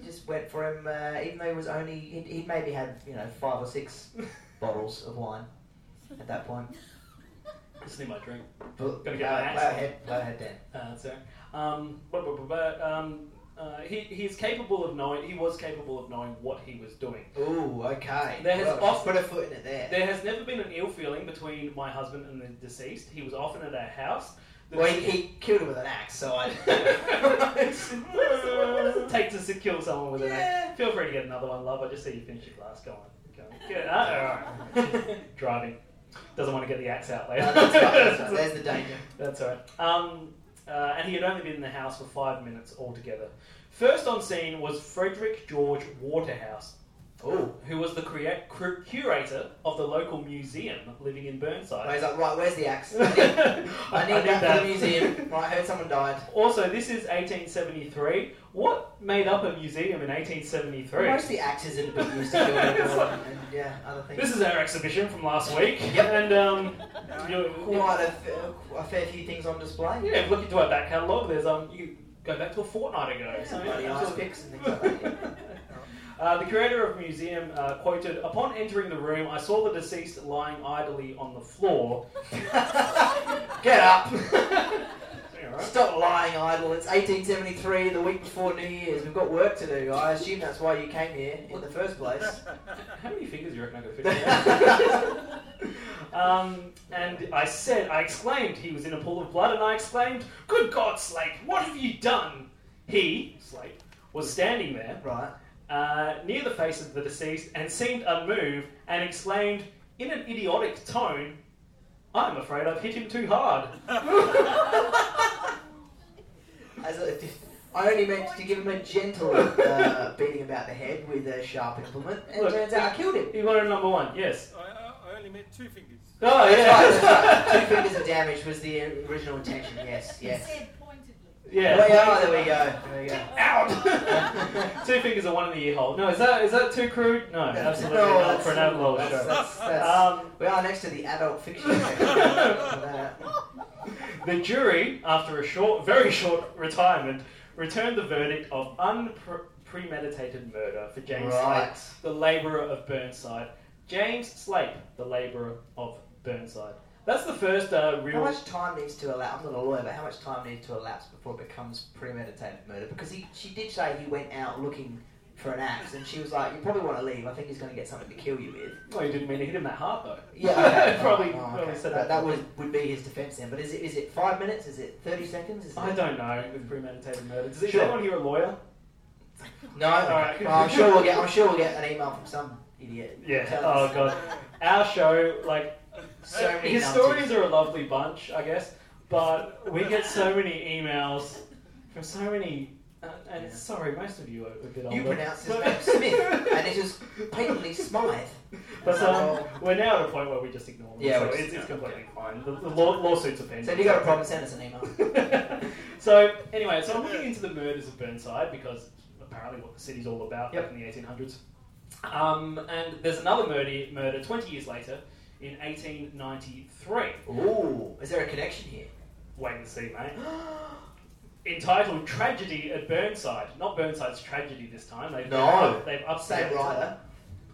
Speaker 2: just went for him, uh, even though he was only he'd, he'd maybe had you know five or six bottles of wine at that point.
Speaker 1: Just need my drink.
Speaker 2: But uh,
Speaker 1: Gotta
Speaker 2: go,
Speaker 1: get my axe.
Speaker 2: ahead, go ahead, Dan.
Speaker 1: Uh, so, um, but, but, but, but um, uh, he, he's capable of knowing. He was capable of knowing what he was doing.
Speaker 2: Ooh, okay.
Speaker 1: There's
Speaker 2: well,
Speaker 1: off-
Speaker 2: put a foot in it there.
Speaker 1: There has never been an ill feeling between my husband and the deceased. He was often at our house. The
Speaker 2: well, he, he killed him with an axe, so I.
Speaker 1: what, does it, what does it take to se- kill someone with an
Speaker 2: Yeah.
Speaker 1: axe? Feel free to get another one, love. I just see you finish your glass. Go on. Go on. Good. Uh, alright. Driving. Doesn't want to get the axe out later.
Speaker 2: No, that's right, that's right. There's the danger.
Speaker 1: That's all right. Um, uh, and he had only been in the house for five minutes altogether. First on scene was Frederick George Waterhouse,
Speaker 2: Ooh.
Speaker 1: who was the crea- cur- curator of the local museum living in
Speaker 2: Well,
Speaker 1: Burnside.
Speaker 2: he's like, right, where's the axe? I need,
Speaker 1: I,
Speaker 2: I need that, for the museum. Right, I heard someone died.
Speaker 1: Also, this is 1873. What made up a museum in 1873?
Speaker 2: Most of the axes had been used to kill
Speaker 1: It's
Speaker 2: people
Speaker 1: like-
Speaker 2: and, yeah, other things.
Speaker 1: This is our exhibition from last week,
Speaker 2: Yep.
Speaker 1: and um, you-
Speaker 2: quite a, f- a fair few things on display.
Speaker 1: yeah, if you look into our back catalogue. There's um, you go back to a fortnight ago.
Speaker 2: Yeah,
Speaker 1: so-
Speaker 2: bloody ice picks and things like that.
Speaker 1: Uh, the curator of the museum uh, quoted, Upon entering the room, I saw the deceased lying idly on the floor.
Speaker 2: Get up!
Speaker 1: Alright.
Speaker 2: Stop lying idle. It's 1873, the week before New Year's. We've got work to do. I assume that's why you came here in the first place.
Speaker 1: How many fingers do you reckon I could fit in there? Um, and I said, I exclaimed, he was in a pool of blood, and I exclaimed, Good God, Slate, what have you done? He, Slate, was standing there,
Speaker 2: right.
Speaker 1: uh, near the face of the deceased, and seemed unmoved, and exclaimed, in an idiotic tone, I'm afraid I've hit him too hard.
Speaker 2: As I, I only meant to give him a gentle uh, beating about the head with a sharp implement, and it
Speaker 1: Look,
Speaker 2: turns out I killed him.
Speaker 1: He wanted number one, yes.
Speaker 3: I, I- I only meant two fingers.
Speaker 1: Oh,
Speaker 2: That's right,
Speaker 1: yeah.
Speaker 2: that's right. Two fingers of damage was the original intention, yes, yes.
Speaker 4: Said pointedly.
Speaker 1: yeah.
Speaker 2: Well, yeah, there we go. There we go.
Speaker 1: Out. two fingers are one in the ear hole. No, is that is that too crude? No, absolutely
Speaker 2: No,
Speaker 1: not for an
Speaker 2: that's-
Speaker 1: outlaw
Speaker 2: That's,
Speaker 1: show.
Speaker 2: that's, that's,
Speaker 1: Um,
Speaker 2: we are next to the adult fiction section. Uh,
Speaker 1: Um, the jury, after a short, very short retirement, returned the verdict of unpremeditated murder for James
Speaker 2: right.
Speaker 1: Slate, the labourer of Burnside. James Slate, the labourer of Burnside. That's the first uh,
Speaker 2: How
Speaker 1: real.
Speaker 2: much time needs to elapse? I'm not a lawyer, but how much time needs to elapse before it becomes premeditated murder? Because he, she did say he went out looking for an axe, and she was like, "You probably want to leave. I think he's going to get something to kill you with."
Speaker 1: Well, you didn't mean to hit him that hard though.
Speaker 2: Yeah, okay.
Speaker 1: probably.
Speaker 2: Oh, okay.
Speaker 1: probably said that.
Speaker 2: That, that would would be his defense then. But is it is it five minutes? Is it thirty seconds? Is it...
Speaker 1: I don't know with premeditated murder. Does
Speaker 2: Sure.
Speaker 1: anyone here a lawyer?
Speaker 2: No,
Speaker 1: Alright.
Speaker 2: Well, I'm sure we'll get. I'm sure we'll get an email from some idiot.
Speaker 1: Yeah.
Speaker 2: Tell
Speaker 1: Oh
Speaker 2: us.
Speaker 1: god. Our show, like
Speaker 2: So many
Speaker 1: historians are a lovely bunch, I guess, but we get so many emails from so many. Uh, and
Speaker 2: Yeah.
Speaker 1: sorry, most of you are a bit older.
Speaker 2: You pronounce his
Speaker 1: But-
Speaker 2: name Smith, and it is patently Smythe.
Speaker 1: But um, we're now at a point where we just ignore them.
Speaker 2: Yeah,
Speaker 1: so
Speaker 2: we're just-
Speaker 1: it's, it's completely fine. The, the law, lawsuits are pending.
Speaker 2: So if you got a problem, send us an email.
Speaker 1: so anyway, so I'm looking into the murders of Burnside because apparently what the city's all about
Speaker 2: Yep.
Speaker 1: back in the 1800s. Um, and there's another murder, murder 20 years later in 1893.
Speaker 2: Ooh, is there a connection here?
Speaker 1: Wait and see, mate. Entitled "Tragedy at Burnside," not Burnside's tragedy this time. They've
Speaker 2: No.
Speaker 1: they've, they've upset
Speaker 2: Same
Speaker 1: the title.
Speaker 2: writer.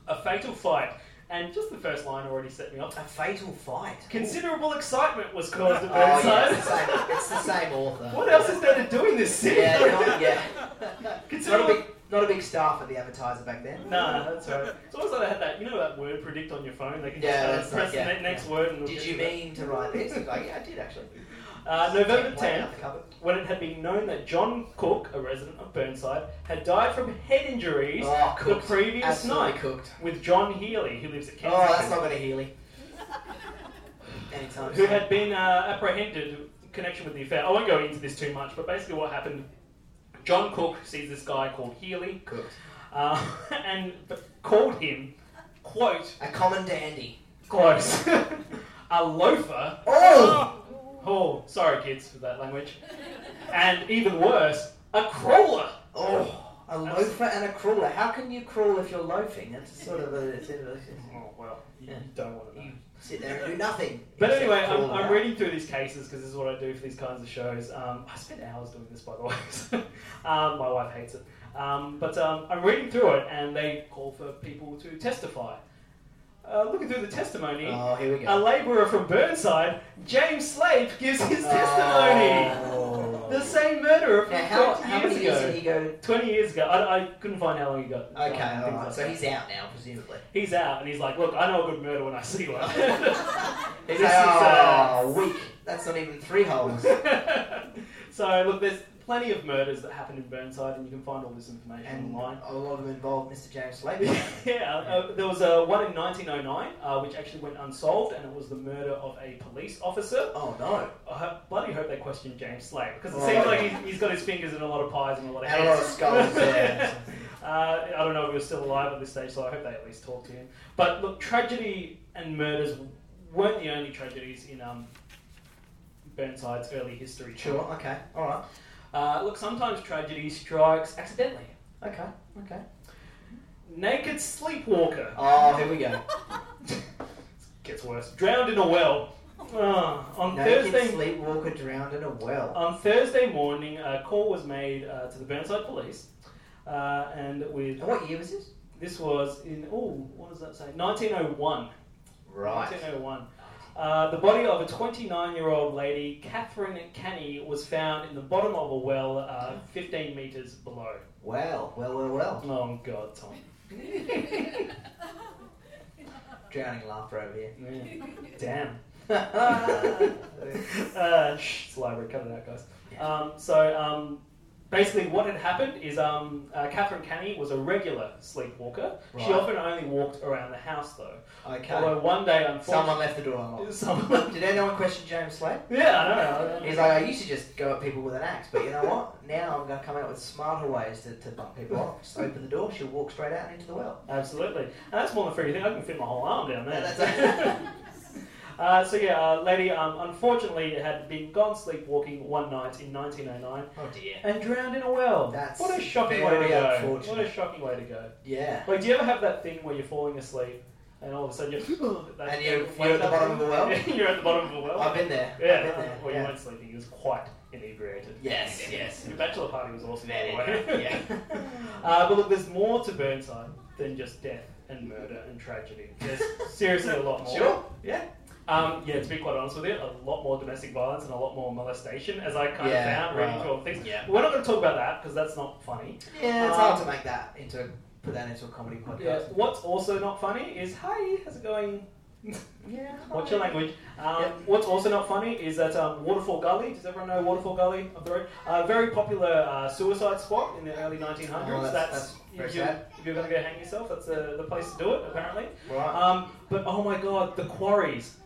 Speaker 1: A fatal fight, and just the first line already set me up.
Speaker 2: A fatal fight.
Speaker 1: Considerable excitement was caused at
Speaker 2: Oh, yeah,
Speaker 1: Burnside.
Speaker 2: it's, the same, it's the same author.
Speaker 1: what else is there to do in this city?
Speaker 2: Yeah, not, yeah. Not a
Speaker 1: Considerable
Speaker 2: big, not a big star for the advertiser back then.
Speaker 1: Nah, that's all right. It's almost like they had that, you know, that word predict on your phone. They can
Speaker 2: Yeah,
Speaker 1: just
Speaker 2: that's
Speaker 1: uh, press
Speaker 2: like, yeah,
Speaker 1: the ne- next word. And it'll
Speaker 2: Did
Speaker 1: get
Speaker 2: you
Speaker 1: that.
Speaker 2: mean to write this? It's Like, yeah, I did actually.
Speaker 1: Uh, November
Speaker 2: Play it out
Speaker 1: 10th,
Speaker 2: the cupboard.
Speaker 1: when it had been known that John Cook, a resident of Burnside, had died from head injuries
Speaker 2: Oh,
Speaker 1: the
Speaker 2: cooked.
Speaker 1: previous
Speaker 2: Absolutely
Speaker 1: night
Speaker 2: cooked.
Speaker 1: with John Healy, who lives at Kensington,
Speaker 2: Oh, that's not going to Healy. Anytime
Speaker 1: who
Speaker 2: soon.
Speaker 1: had been uh, apprehended in connection with the affair. I won't go into this too much, but basically what happened, John Cook sees this guy called Healy
Speaker 2: cooked.
Speaker 1: uh, and called him, quote,
Speaker 2: A common dandy.
Speaker 1: Close. a loafer.
Speaker 2: Oh!
Speaker 1: Oh, sorry, kids, for that language. And even worse, a crawler.
Speaker 2: Oh, a loafer and a crawler. How can you crawl if you're loafing? That's sort of a. It's, it's, it's,
Speaker 1: Oh, well, you
Speaker 2: Yeah.
Speaker 1: don't want
Speaker 2: you sit there and do nothing.
Speaker 1: But
Speaker 2: except
Speaker 1: anyway, I'm,
Speaker 2: crawl
Speaker 1: I'm
Speaker 2: around.
Speaker 1: reading through these cases because this is what I do for these kinds of shows. Um, I spend hours doing this, by the way. so, um, my wife hates it. Um, but um, I'm reading through it, and they call for people to testify. Uh, looking through the testimony,
Speaker 2: Oh, here we
Speaker 1: a
Speaker 2: go.
Speaker 1: labourer from Burnside, James Slade, gives his testimony.
Speaker 2: Oh.
Speaker 1: The same murderer from
Speaker 2: Now, how,
Speaker 1: 20
Speaker 2: how
Speaker 1: years
Speaker 2: many years
Speaker 1: ago.
Speaker 2: did he go? Oh,
Speaker 1: 20 years ago. I, I couldn't find how long he got.
Speaker 2: Okay,
Speaker 1: um,
Speaker 2: all
Speaker 1: things
Speaker 2: right.
Speaker 1: like
Speaker 2: So
Speaker 1: that.
Speaker 2: he's out now, presumably.
Speaker 1: He's out, and he's like, look, I know a good murder when I see one.
Speaker 2: He's
Speaker 1: This is,
Speaker 2: like,
Speaker 1: uh,
Speaker 2: oh, weak. That's not even three holes.
Speaker 1: so look, there's plenty of murders that happened in Burnside, and you can find all this information
Speaker 2: And
Speaker 1: online.
Speaker 2: a lot of them involved Mr. James Slade.
Speaker 1: yeah, uh, there was uh, one in 1909 uh, which actually went unsolved, and it was the murder of a police officer.
Speaker 2: oh no!
Speaker 1: I hope, bloody hope they questioned James Slade because it
Speaker 2: Oh,
Speaker 1: seems
Speaker 2: yeah.
Speaker 1: like he's, he's got his fingers in a lot of pies and a lot of
Speaker 2: And a
Speaker 1: heads.
Speaker 2: lot of skulls. yeah.
Speaker 1: Uh, I don't know if he was still alive at this stage, so I hope they at least talked to him. But look, tragedy and murders weren't the only tragedies in um, Burnside's early history.
Speaker 2: Sure. Okay. All right.
Speaker 1: Uh, look, sometimes tragedy strikes accidentally.
Speaker 2: Okay. Okay.
Speaker 1: Naked sleepwalker
Speaker 2: Oh, here we go.
Speaker 1: gets worse. Drowned in a well. Ah, on
Speaker 2: Naked
Speaker 1: Thursday.
Speaker 2: sleepwalker drowned in a well.
Speaker 1: on Thursday morning, a call was made uh, to the Burnside police, uh, and with
Speaker 2: And what year was this?
Speaker 1: this was in oh, what does that say? 1901.
Speaker 2: Right.
Speaker 1: 1901. Uh, the body of a 29 year old lady, Catherine Canny, was found in the bottom of a well uh, 15 metres below.
Speaker 2: Well, well, well, well.
Speaker 1: Oh, God, Tom.
Speaker 2: Drowning laughter over here.
Speaker 1: Yeah. Damn.
Speaker 2: yeah.
Speaker 1: Uh, shh, it's the library, cut it out, guys. Um, so, um, basically, what had happened is um, uh, Catherine Canny was a regular sleepwalker. She
Speaker 2: Right.
Speaker 1: often only walked around the house, though.
Speaker 2: Okay.
Speaker 1: Although one day, unfortunately.
Speaker 2: Someone left the door unlocked.
Speaker 1: Someone.
Speaker 2: Did anyone question James Slade?
Speaker 1: yeah, I know. I know.
Speaker 2: He's like, I used to just go at people with an axe, but you know what? Now I'm going to come out with smarter ways to, to bump people off. Just open the door, she'll walk straight out and into the well.
Speaker 1: Absolutely. And that's more than free. You think I can fit my whole arm down there.
Speaker 2: Yeah, that's-
Speaker 1: uh, so yeah, uh, lady um, unfortunately had been gone sleepwalking one night in 1909
Speaker 2: Oh dear.
Speaker 1: and drowned in a well.
Speaker 2: That's
Speaker 1: what a shocking way
Speaker 2: very
Speaker 1: to go.
Speaker 2: unfortunate.
Speaker 1: What a shocking way to go.
Speaker 2: Yeah.
Speaker 1: Like, do you ever have that thing where you're falling asleep and all of a sudden you're... that-
Speaker 2: And you're-
Speaker 1: that-
Speaker 2: you're at the bottom of a well?
Speaker 1: you're at the bottom of a well?
Speaker 2: I've been there. I've
Speaker 1: yeah,
Speaker 2: been there.
Speaker 1: well, you
Speaker 2: yeah.
Speaker 1: weren't sleeping. You was quite inebriated.
Speaker 2: Yes, yes.
Speaker 1: Your bachelor party was awesome. by the way.
Speaker 2: Yeah.
Speaker 1: Uh, but look, there's more to Burnside than just death and murder and tragedy. There's seriously a lot more.
Speaker 2: Mm. Sure. Yeah.
Speaker 1: Um, yeah, to be quite honest with you, a lot more domestic violence and a lot more molestation, as I kind
Speaker 2: Yeah,
Speaker 1: of found reading
Speaker 2: right.
Speaker 1: through all the things.
Speaker 2: Yeah.
Speaker 1: We're not going to talk about that because that's not funny.
Speaker 2: Yeah, it's
Speaker 1: Um,
Speaker 2: hard to make that into a, put that into a comedy
Speaker 1: Yeah.
Speaker 2: podcast.
Speaker 1: What's also not funny is, hey, how's it going?
Speaker 2: Yeah.
Speaker 1: Watch your language. Um,
Speaker 2: Yep.
Speaker 1: What's also not funny is that um, Waterfall Gully. Does everyone know Waterfall Gully up the road? A very popular uh, suicide spot in the early 1900s.
Speaker 2: Oh, that's- that's very
Speaker 1: if, you,
Speaker 2: sad.
Speaker 1: if you're going to go hang yourself, that's uh, the place to do it. Apparently.
Speaker 2: Right.
Speaker 1: Um, but oh my god, the quarries.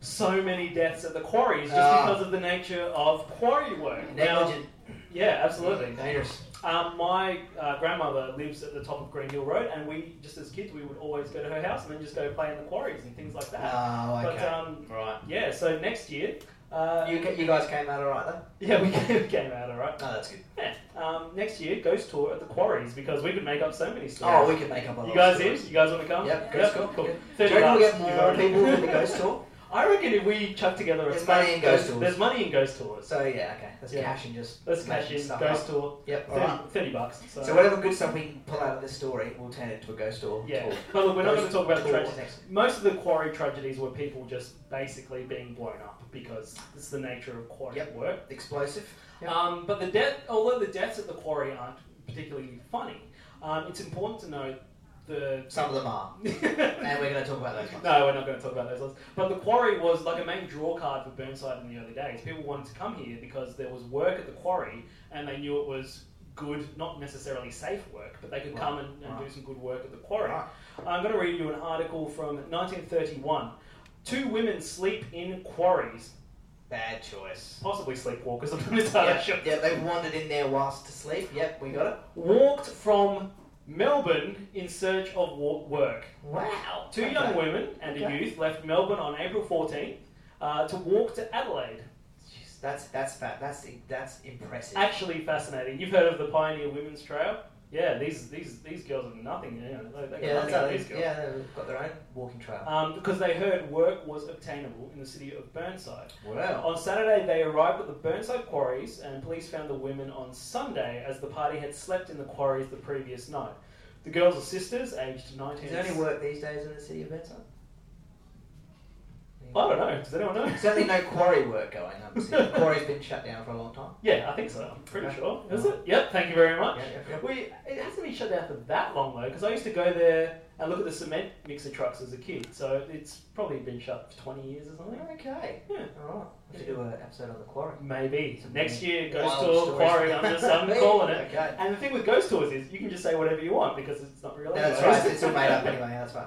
Speaker 1: So many deaths at the quarries just
Speaker 2: Ah.
Speaker 1: because of the nature of quarry work. Now,
Speaker 2: Negligent.
Speaker 1: yeah, absolutely.
Speaker 2: Dangerous.
Speaker 1: Um, my uh, grandmother lives at the top of Green Hill Road, and we, just as kids, we would always go to her house and then just go play in the quarries and things like that.
Speaker 2: Oh, okay.
Speaker 1: But um,
Speaker 2: right.
Speaker 1: yeah, so next year, uh,
Speaker 2: You, ca- you guys came out alright though?
Speaker 1: yeah, we came out all right.
Speaker 2: No, that's good.
Speaker 1: Yeah. Um, next year, ghost tour at the quarries because we could make up so many stories.
Speaker 2: Oh, we could make up a lot
Speaker 1: you
Speaker 2: of
Speaker 1: guys in?
Speaker 2: stories.
Speaker 1: You guys want to come?
Speaker 2: Yep,
Speaker 1: Yeah,
Speaker 2: ghost tour.
Speaker 1: Cool.
Speaker 2: Yeah. Do
Speaker 1: 30
Speaker 2: you reckon we'll
Speaker 1: bucks,
Speaker 2: get
Speaker 1: you
Speaker 2: more
Speaker 1: got it.
Speaker 2: people in the ghost tour?
Speaker 1: I reckon if we chuck together a
Speaker 2: There's
Speaker 1: space-
Speaker 2: money in ghost
Speaker 1: there's,
Speaker 2: tours.
Speaker 1: there's money in ghost tours.
Speaker 2: So yeah, okay. Let's
Speaker 1: Yeah.
Speaker 2: cash and just
Speaker 1: Let's
Speaker 2: make
Speaker 1: cash in
Speaker 2: stuff
Speaker 1: ghost
Speaker 2: up.
Speaker 1: tour. uh,
Speaker 2: Yep.
Speaker 1: 30,
Speaker 2: Alright.
Speaker 1: 30 bucks. So,
Speaker 2: So whatever good stuff we can pull out of this story, we'll turn it into a ghost tour.
Speaker 1: yeah,
Speaker 2: Tour.
Speaker 1: but look, we're not going
Speaker 2: Ghost
Speaker 1: to talk about the
Speaker 2: tour
Speaker 1: tragedy.
Speaker 2: next.
Speaker 1: Most of the quarry tragedies were people just basically being blown up because it's the nature of quarry
Speaker 2: Yep.
Speaker 1: work.
Speaker 2: Explosive. Yep.
Speaker 1: Um, but the death, although the deaths at the quarry aren't particularly funny, um, it's important to note the.
Speaker 2: Some of them are, and we're going to talk about those ones.
Speaker 1: no, we're not going to talk about those ones. But the quarry was like a main draw card for Burnside in the early days. People wanted to come here because there was work at the quarry, and they knew it was good, not necessarily safe work, but they could
Speaker 2: Right,
Speaker 1: come and, and
Speaker 2: right.
Speaker 1: do some good work at the quarry.
Speaker 2: Right.
Speaker 1: I'm going to read you an article from 1931. Two women sleep in quarries,
Speaker 2: Bad choice.
Speaker 1: possibly sleepwalkers. I'm not entirely
Speaker 2: Yeah,
Speaker 1: sure.
Speaker 2: yeah, they wandered in there whilst asleep. Yep, we got it.
Speaker 1: walked from Melbourne in search of wa- work.
Speaker 2: Wow.
Speaker 1: Two
Speaker 2: okay.
Speaker 1: young women and a
Speaker 2: Okay.
Speaker 1: youth left Melbourne on April 14th uh, to walk to Adelaide.
Speaker 2: Jeez, that's that's fat. That's that's impressive.
Speaker 1: Actually fascinating. You've heard of the Pioneer Women's Trail? Yeah, these these these girls are nothing. You know, they, they
Speaker 2: Yeah,
Speaker 1: got
Speaker 2: that's
Speaker 1: nothing on
Speaker 2: how
Speaker 1: these
Speaker 2: they,
Speaker 1: girls.
Speaker 2: yeah, they've got their own walking trail.
Speaker 1: Um, because they heard work was obtainable in the city of Burnside.
Speaker 2: Wow.
Speaker 1: On Saturday, they arrived at the Burnside quarries, and police found the women on Sunday as the party had slept in the quarries the previous night. The girls are sisters, aged 19.
Speaker 2: Is there any work these days in the city of Burnside?
Speaker 1: I don't know. Does anyone know?
Speaker 2: Certainly no quarry work going on. The quarry's been shut down for a long time.
Speaker 1: Yeah, I think so. I'm pretty
Speaker 2: Okay.
Speaker 1: sure. Is it? Yep. Thank you very much.
Speaker 2: Yeah, yeah, yeah.
Speaker 1: We, it hasn't been shut down for that long though, because I used to go there and look at the cement mixer trucks as a kid. So it's probably been shut for 20 years or something.
Speaker 2: Okay.
Speaker 1: Yeah.
Speaker 2: All right. We should do an episode on the quarry.
Speaker 1: Maybe
Speaker 2: Some
Speaker 1: next year, Ghost
Speaker 2: Mm. wild
Speaker 1: Tour
Speaker 2: stories.
Speaker 1: Quarry. I'm just I'm
Speaker 2: Maybe.
Speaker 1: calling it.
Speaker 2: Okay.
Speaker 1: And the thing with Ghost Tours is you can just say whatever you want because it's not real.
Speaker 2: No, that's
Speaker 1: anyway.
Speaker 2: right. It's all made up anyway. That's right.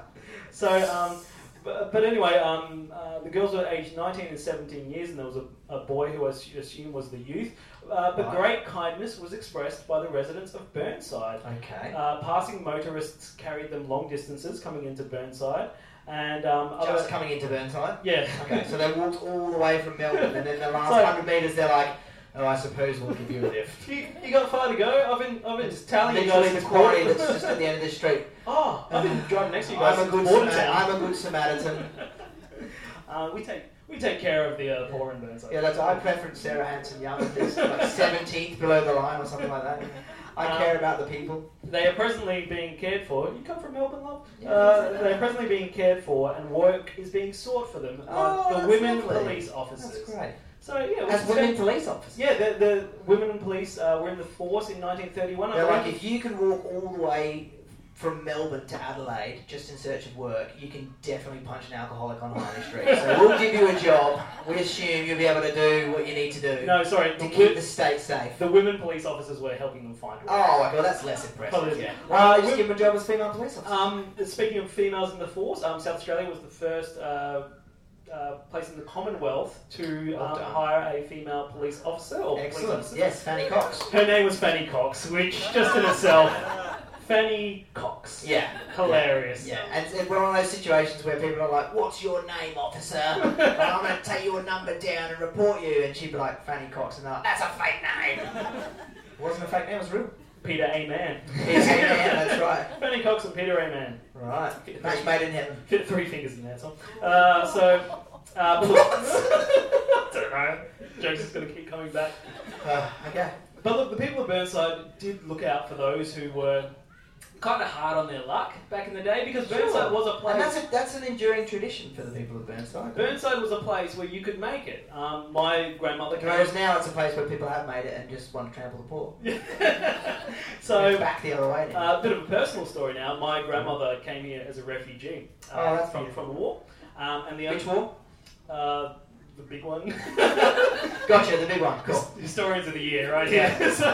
Speaker 1: So, um, but, but anyway, um, uh, the girls were aged 19 and 17 years, and there was a, a boy who I s- assume was the youth. Uh, but
Speaker 2: Right.
Speaker 1: great kindness was expressed by the residents of Burnside.
Speaker 2: Okay.
Speaker 1: Uh, passing motorists carried them long distances coming into Burnside, and um,
Speaker 2: Just
Speaker 1: other,
Speaker 2: coming into Burnside.
Speaker 1: yeah,
Speaker 2: Okay, so they walked all the way from Melbourne, and then the last
Speaker 1: So-
Speaker 2: hundred metres, they're like, "Oh, I suppose we'll give you a lift."
Speaker 1: you, you got far to go. I've been I've been just telling you
Speaker 2: Literally
Speaker 1: guys
Speaker 2: the
Speaker 1: to
Speaker 2: quarry
Speaker 1: walk.
Speaker 2: that's just at the end of the street.
Speaker 1: Oh, I've been driving next to you guys.
Speaker 2: Uh, I'm a good
Speaker 1: since Bordertown.
Speaker 2: Samar- I'm a good Samaritan.
Speaker 1: uh, we take we take care of the uh, poor in Burnside.
Speaker 2: Yeah, that's I preference Sarah Hanson Young as like seventeenth below the line or something like that. I
Speaker 1: Um,
Speaker 2: care about the people.
Speaker 1: They are presently being cared for. You come from Melbourne, love.
Speaker 2: Yeah,
Speaker 1: uh,
Speaker 2: that's-
Speaker 1: they are presently being cared for, and work is being sought for them by
Speaker 2: Oh,
Speaker 1: the
Speaker 2: that's
Speaker 1: women
Speaker 2: lovely.
Speaker 1: police
Speaker 2: That's
Speaker 1: officers.
Speaker 2: great.
Speaker 1: So yeah, it was
Speaker 2: As women
Speaker 1: expect-
Speaker 2: police officers.
Speaker 1: Yeah, the, the women in police uh, were in the force in 1931. I
Speaker 2: They're like,
Speaker 1: believe.
Speaker 2: if you can walk all the way from Melbourne to Adelaide just in search of work, you can definitely punch an alcoholic on Harley Street. So we'll give you a job. We assume you'll be able to do what you need to do
Speaker 1: no, sorry, the,
Speaker 2: to keep
Speaker 1: wi-
Speaker 2: the state safe.
Speaker 1: the women police officers were helping them find work.
Speaker 2: Oh, okay, well, that's less impressive.
Speaker 1: Probably.
Speaker 2: Yeah.
Speaker 1: Uh,
Speaker 2: Why don't you
Speaker 1: women-
Speaker 2: just give them a job as female police officer?
Speaker 1: Um, speaking of females in the force, um, South Australia was the first uh, uh, place in the Commonwealth to
Speaker 2: Well
Speaker 1: um,
Speaker 2: done.
Speaker 1: hire a female police officer or police
Speaker 2: Excellent.
Speaker 1: officer.
Speaker 2: Yes, Fanny Cox.
Speaker 1: Her name was Fanny Cox, which just in itself, Fanny Cox,
Speaker 2: Yeah.
Speaker 1: hilarious.
Speaker 2: Yeah, and, and we're one of those situations where people are like, "What's your name, officer?" and I'm going to take your number down and report you. And she'd be like, "Fanny Cox," and they're like, "That's a fake name." It wasn't a fake name; it was real.
Speaker 1: Peter A. Mann.
Speaker 2: Peter A. Mann, that's right.
Speaker 1: Fanny Cox and Peter A. Mann.
Speaker 2: Right, match made in heaven.
Speaker 1: Fit three fingers in that song. Uh, so, uh, but look, I don't know. Joke's just going to keep coming back.
Speaker 2: Uh, okay.
Speaker 1: But look, the people of Burnside did look out for those who were kind of hard on their luck back in the day because
Speaker 2: Sure.
Speaker 1: Burnside was a
Speaker 2: And
Speaker 1: place.
Speaker 2: that's a, that's an enduring tradition for the people of Burnside.
Speaker 1: Burnside was a place where you could make it. Um, my grandmother
Speaker 2: Whereas
Speaker 1: came.
Speaker 2: now it's a place where people have made it and just want to trample the poor. It's
Speaker 1: so, uh,
Speaker 2: back the other way.
Speaker 1: a
Speaker 2: Now.
Speaker 1: bit of a personal story now. My grandmother came here as a refugee uh,
Speaker 2: Oh, that's
Speaker 1: from,
Speaker 2: beautiful.
Speaker 1: from the war. Um, and the
Speaker 2: Which war?
Speaker 1: Uh, the big one.
Speaker 2: Gotcha, the big one. Cool.
Speaker 1: His- Historians of the year, right here. so,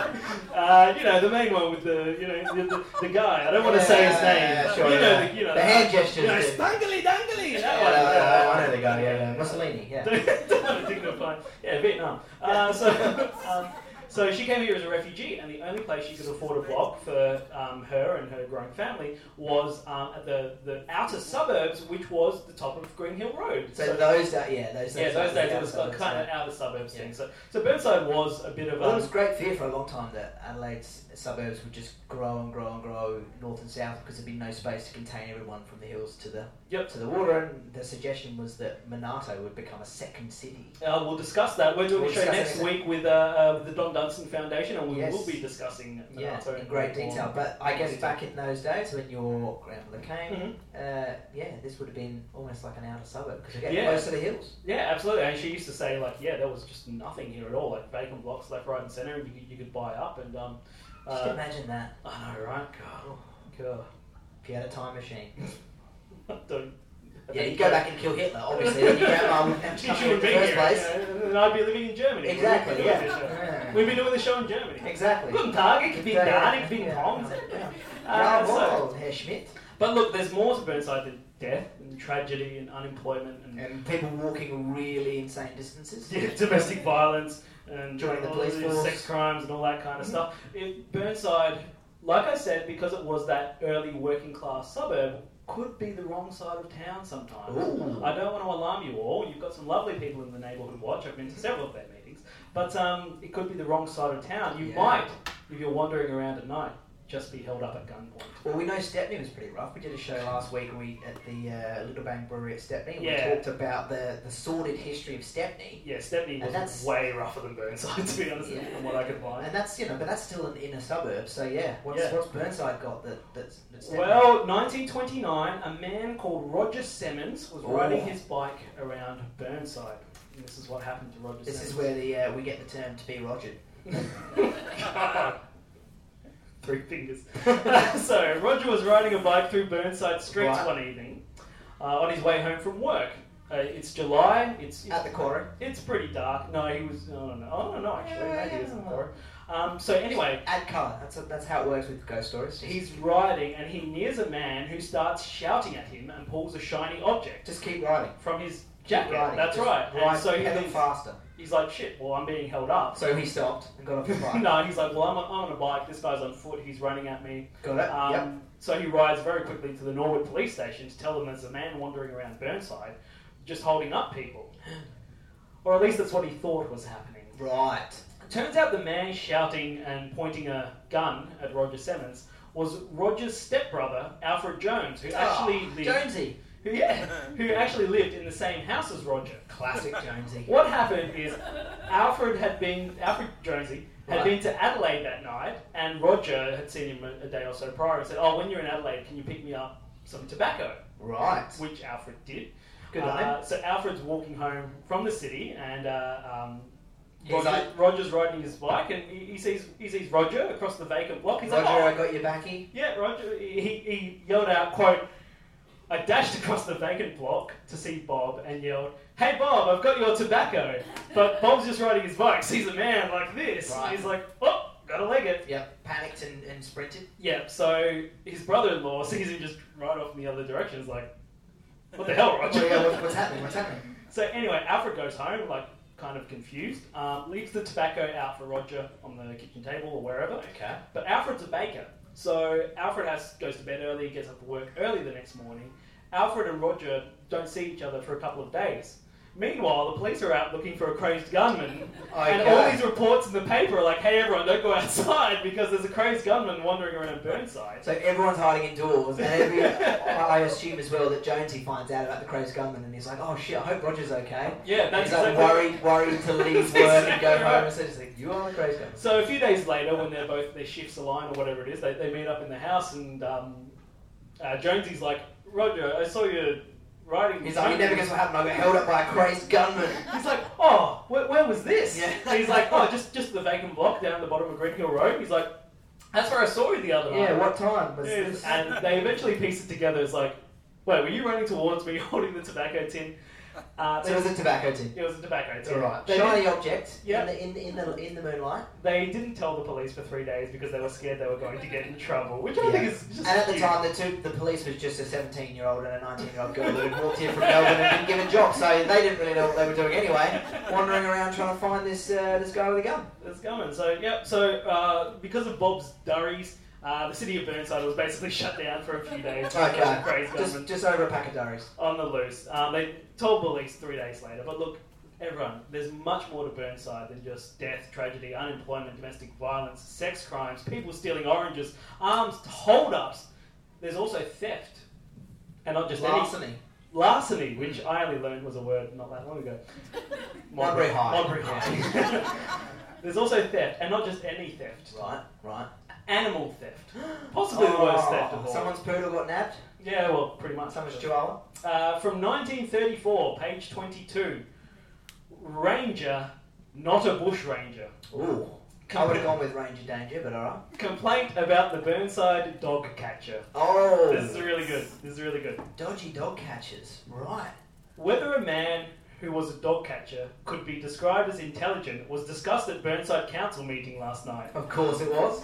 Speaker 1: uh, you know, the main one with the, you know, the, the, the guy. I don't want to say his
Speaker 2: Yeah,
Speaker 1: name.
Speaker 2: yeah,
Speaker 1: but
Speaker 2: sure,
Speaker 1: you know,
Speaker 2: yeah.
Speaker 1: the, you know,
Speaker 2: The hand gestures.
Speaker 1: You know,
Speaker 2: did.
Speaker 1: spangly dangly. That
Speaker 2: Yeah, yeah, yeah,
Speaker 1: one.
Speaker 2: I know the guy. Yeah, yeah. Mussolini. Yeah.
Speaker 1: Don't- don't dignify. Yeah, Vietnam. Uh, so, um, so she came here as a refugee, and the only place she could afford a block for um, her and her growing family was um, at the, the outer suburbs, which was the top of Green Hill Road.
Speaker 2: So, those, da- yeah, those.
Speaker 1: yeah, those days it was
Speaker 2: yeah,
Speaker 1: a kind of outer suburbs
Speaker 2: Yeah.
Speaker 1: thing. So, so Burnside was a bit of um, a.
Speaker 2: Well, it was great fear for a long time that Adelaide's suburbs would just grow and grow and grow north and south because there'd be no space to contain everyone from the hills to the
Speaker 1: Yep.
Speaker 2: to the water. And the suggestion was that Manato would become a second city.
Speaker 1: Uh, we'll discuss that. We're doing
Speaker 2: We'll
Speaker 1: a show
Speaker 2: discuss
Speaker 1: next
Speaker 2: it.
Speaker 1: week with uh, uh, with the Don Dunstan Foundation, and we
Speaker 2: Yes.
Speaker 1: will be discussing Monaco
Speaker 2: Yes,
Speaker 1: and
Speaker 2: in great
Speaker 1: Melbourne.
Speaker 2: detail. But I guess
Speaker 1: Detail.
Speaker 2: back in those days when your grandmother came,
Speaker 1: Mhm.
Speaker 2: uh, yeah, this would have been almost like an outer suburb because you're
Speaker 1: Yeah.
Speaker 2: getting close to the hills.
Speaker 1: Yeah, absolutely. And she used to say like, yeah, there was just nothing here at all, like vacant blocks left, right, and centre, and you could, you could buy up and um,
Speaker 2: Just
Speaker 1: uh,
Speaker 2: imagine that.
Speaker 1: I know, right? God,
Speaker 2: If you had a time machine.
Speaker 1: God. Don't- I
Speaker 2: Yeah,
Speaker 1: think-
Speaker 2: you'd go back and kill Hitler, obviously. then your grandma wouldn't have
Speaker 1: She
Speaker 2: time um, in
Speaker 1: wouldn't
Speaker 2: the
Speaker 1: be
Speaker 2: first
Speaker 1: here,
Speaker 2: place.
Speaker 1: you know, and I'd be living in Germany. We'd
Speaker 2: Exactly,
Speaker 1: be doing this show.
Speaker 2: yeah.
Speaker 1: We'd be doing the show in Germany.
Speaker 2: Exactly.
Speaker 1: Guten Tag, ich bin
Speaker 2: Yeah,
Speaker 1: da,
Speaker 2: yeah,
Speaker 1: ich bin
Speaker 2: yeah.
Speaker 1: Hans.
Speaker 2: Yeah.
Speaker 1: Uh, so-
Speaker 2: Jawohl, Herr Schmidt.
Speaker 1: But look, there's more to Burnside than death and tragedy and unemployment and
Speaker 2: And people walking really insane distances.
Speaker 1: yeah, domestic violence and
Speaker 2: Joining the
Speaker 1: all
Speaker 2: police
Speaker 1: these
Speaker 2: force. Mm.
Speaker 1: sex crimes and all that kind of stuff. It, Burnside, like I said, because it was that early working class suburb, could be the wrong side of town sometimes.
Speaker 2: Ooh.
Speaker 1: I don't want to alarm you all. You've got some lovely people in the neighbourhood watch. I've been to several of their meetings, but um, it could be the wrong side of town. You
Speaker 2: Yeah.
Speaker 1: might if you're wandering around at night. just be held up at gunpoint.
Speaker 2: Well, we know Stepney was pretty rough. We did a show last week and we at the uh, Little Bang Brewery at Stepney. and
Speaker 1: Yeah.
Speaker 2: We talked about the, the sordid history of Stepney,
Speaker 1: Yeah, Stepney
Speaker 2: And
Speaker 1: was
Speaker 2: that's-
Speaker 1: way rougher than Burnside, to be honest, with you,
Speaker 2: Yeah.
Speaker 1: from what I could find.
Speaker 2: and that's you know, but that's still an inner suburb. So yeah, what's,
Speaker 1: Yeah.
Speaker 2: what's Burnside got that that's, that's Stepney?
Speaker 1: Well, 1929, a man called Roger Simmons was
Speaker 2: Oh.
Speaker 1: riding his bike around Burnside. And this is what happened to Roger
Speaker 2: This is
Speaker 1: Simmons.
Speaker 2: where the uh, we get the term to be Rogered.
Speaker 1: Three fingers. so, Roger was riding a bike through Burnside streets
Speaker 2: Right.
Speaker 1: one evening uh, on his way home from work. Uh, it's July. It's, it's
Speaker 2: At the quarry.
Speaker 1: It's pretty dark. No, he was. I don't know. I don't know actually.
Speaker 2: Yeah,
Speaker 1: Maybe it isn't
Speaker 2: yeah.
Speaker 1: horror. Um, so anyway,
Speaker 2: Add colour. That's that's how it works with ghost stories.
Speaker 1: he's riding and he nears a man who starts shouting at him and pulls a shiny object
Speaker 2: just keep riding.
Speaker 1: from his jacket.
Speaker 2: Keep riding.
Speaker 1: That's
Speaker 2: Just
Speaker 1: right.
Speaker 2: Ride
Speaker 1: And so he
Speaker 2: ever
Speaker 1: thinks-
Speaker 2: faster.
Speaker 1: he's like, "Shit! Well, I'm being held up."
Speaker 2: So he stopped and got off the bike.
Speaker 1: no, he's like, "Well, I'm, I'm on a bike. This guy's on foot. He's running at me."
Speaker 2: Got it.
Speaker 1: Um,
Speaker 2: yep.
Speaker 1: So he rides very quickly to the Norwood police station to tell them there's a man wandering around Burnside, just holding up people, or at least that's what he thought was happening.
Speaker 2: Right.
Speaker 1: Turns out the man shouting and pointing a gun at Roger Simmons was Roger's stepbrother, Alfred Jones, who actually
Speaker 2: Oh,
Speaker 1: lived,
Speaker 2: Jonesy.
Speaker 1: who, yeah, who actually lived in the same house as Roger.
Speaker 2: Classic Jonesy.
Speaker 1: What happened is Alfred had been Alfred Jonesy had
Speaker 2: Right.
Speaker 1: been to Adelaide that night, and Roger had seen him a, a day or so prior and said, "Oh, when you're in Adelaide, can you pick me up some tobacco?"
Speaker 2: Right.
Speaker 1: Which Alfred did.
Speaker 2: Good on him.
Speaker 1: uh, so Alfred's walking home from the city, and uh, um,
Speaker 2: He's
Speaker 1: Roger,
Speaker 2: like-
Speaker 1: Roger's riding his bike, and he, he sees he sees Roger across the vacant block. He's
Speaker 2: Roger, I
Speaker 1: like, oh.
Speaker 2: got your backy.
Speaker 1: yeah, Roger. He, he yelled out, "quote I dashed across the vacant block to see Bob and yelled, "Hey Bob, I've got your tobacco." But Bob's just riding his bike, sees a man like this, and
Speaker 2: Right.
Speaker 1: he's like, "Oh, gotta leg it."
Speaker 2: Yep. Panicked and, and sprinted.
Speaker 1: Yeah. So his brother-in-law sees him just right off in the other direction. Is like, "What the hell, Roger?"
Speaker 2: Oh, yeah, what, what's happening? What's happening?
Speaker 1: So anyway, Alfred goes home, like kind of confused, um, leaves the tobacco out for Roger on the kitchen table or wherever.
Speaker 2: Okay.
Speaker 1: But Alfred's a baker, so Alfred has goes to bed early, gets up to work early the next morning. Alfred and Roger don't see each other for a couple of days. Meanwhile, the police are out looking for a crazed gunman, and all these reports in the paper are like, "Hey, everyone, don't go outside because there's a crazed gunman wandering around Burnside."
Speaker 2: So everyone's hiding indoors, and every, I I assume as well that Jonesy finds out about the crazed gunman, and he's like, "Oh shit, I hope Roger's okay."
Speaker 1: Yeah, that's
Speaker 2: he's like
Speaker 1: exactly-
Speaker 2: worried, worried to leave
Speaker 1: That's
Speaker 2: work and go
Speaker 1: exactly
Speaker 2: home,
Speaker 1: right.
Speaker 2: and so he's like, "You are the crazed gunman."
Speaker 1: So a few days later, when they're both their shifts align or whatever it is, they, they meet up in the house, and um, uh, Jonesy's like, "Roger, I saw you riding."
Speaker 2: He's like, "You never guess what happened. I got held up by a crazed gunman."
Speaker 1: He's like, "Oh, where, where was this?"
Speaker 2: Yeah.
Speaker 1: And he's like, "Oh, just just the vacant block down the bottom of Green Hill Road." He's like, "That's where I saw you the other night."
Speaker 2: Yeah, what time was
Speaker 1: Yes,
Speaker 2: this?
Speaker 1: And they eventually piece it together. It's like, "Wait, were you running towards me holding the tobacco tin?" Uh,
Speaker 2: So it was a tobacco tin.
Speaker 1: it was a tobacco tin.
Speaker 2: Alright.
Speaker 1: They
Speaker 2: Shiny object
Speaker 1: Yeah.
Speaker 2: in, the, in, in, the, in the moonlight.
Speaker 1: They didn't tell the police for three days because they were scared they were going to get in trouble, which I
Speaker 2: Yeah.
Speaker 1: think is just.
Speaker 2: And at the
Speaker 1: cute.
Speaker 2: time, the two, the police was just a 17 year old and a 19 year old girl who had walked here from Melbourne and been given jobs, so they didn't really know what they were doing anyway. Wandering around trying to find this uh, this guy with a gun.
Speaker 1: it's going. So yep. So uh, because of Bob's durries, uh, the city of Burnside was basically shut down for a few days.
Speaker 2: Okay.
Speaker 1: Crazy
Speaker 2: Just,
Speaker 1: government
Speaker 2: just over a pack of durries.
Speaker 1: on the loose. Um, they told police three days later. But look, everyone, there's much more to Burnside than just death, tragedy, unemployment, domestic violence, sex crimes, people stealing oranges, arms, hold-ups. There's also theft, and not just any
Speaker 2: Larceny.
Speaker 1: larceny, which I only learned was a word not that long ago.
Speaker 2: Mulberry High.
Speaker 1: Mulberry High. There's also theft, and not just any theft.
Speaker 2: Right, right.
Speaker 1: Animal theft. Possibly the worst theft of all.
Speaker 2: Someone's poodle got nabbed.
Speaker 1: Yeah, well, pretty much.
Speaker 2: Someone's chihuahua.
Speaker 1: Uh, from 1934, page 22. Ranger, not a bush ranger.
Speaker 2: Ooh. I would have gone with Ranger Danger, but alright.
Speaker 1: Complaint about the Burnside dog catcher.
Speaker 2: Oh.
Speaker 1: This is really good. This is really good.
Speaker 2: Dodgy dog catchers. Right.
Speaker 1: Whether a man who was a dog catcher could be described as intelligent was discussed at Burnside Council meeting last night.
Speaker 2: Of course it was.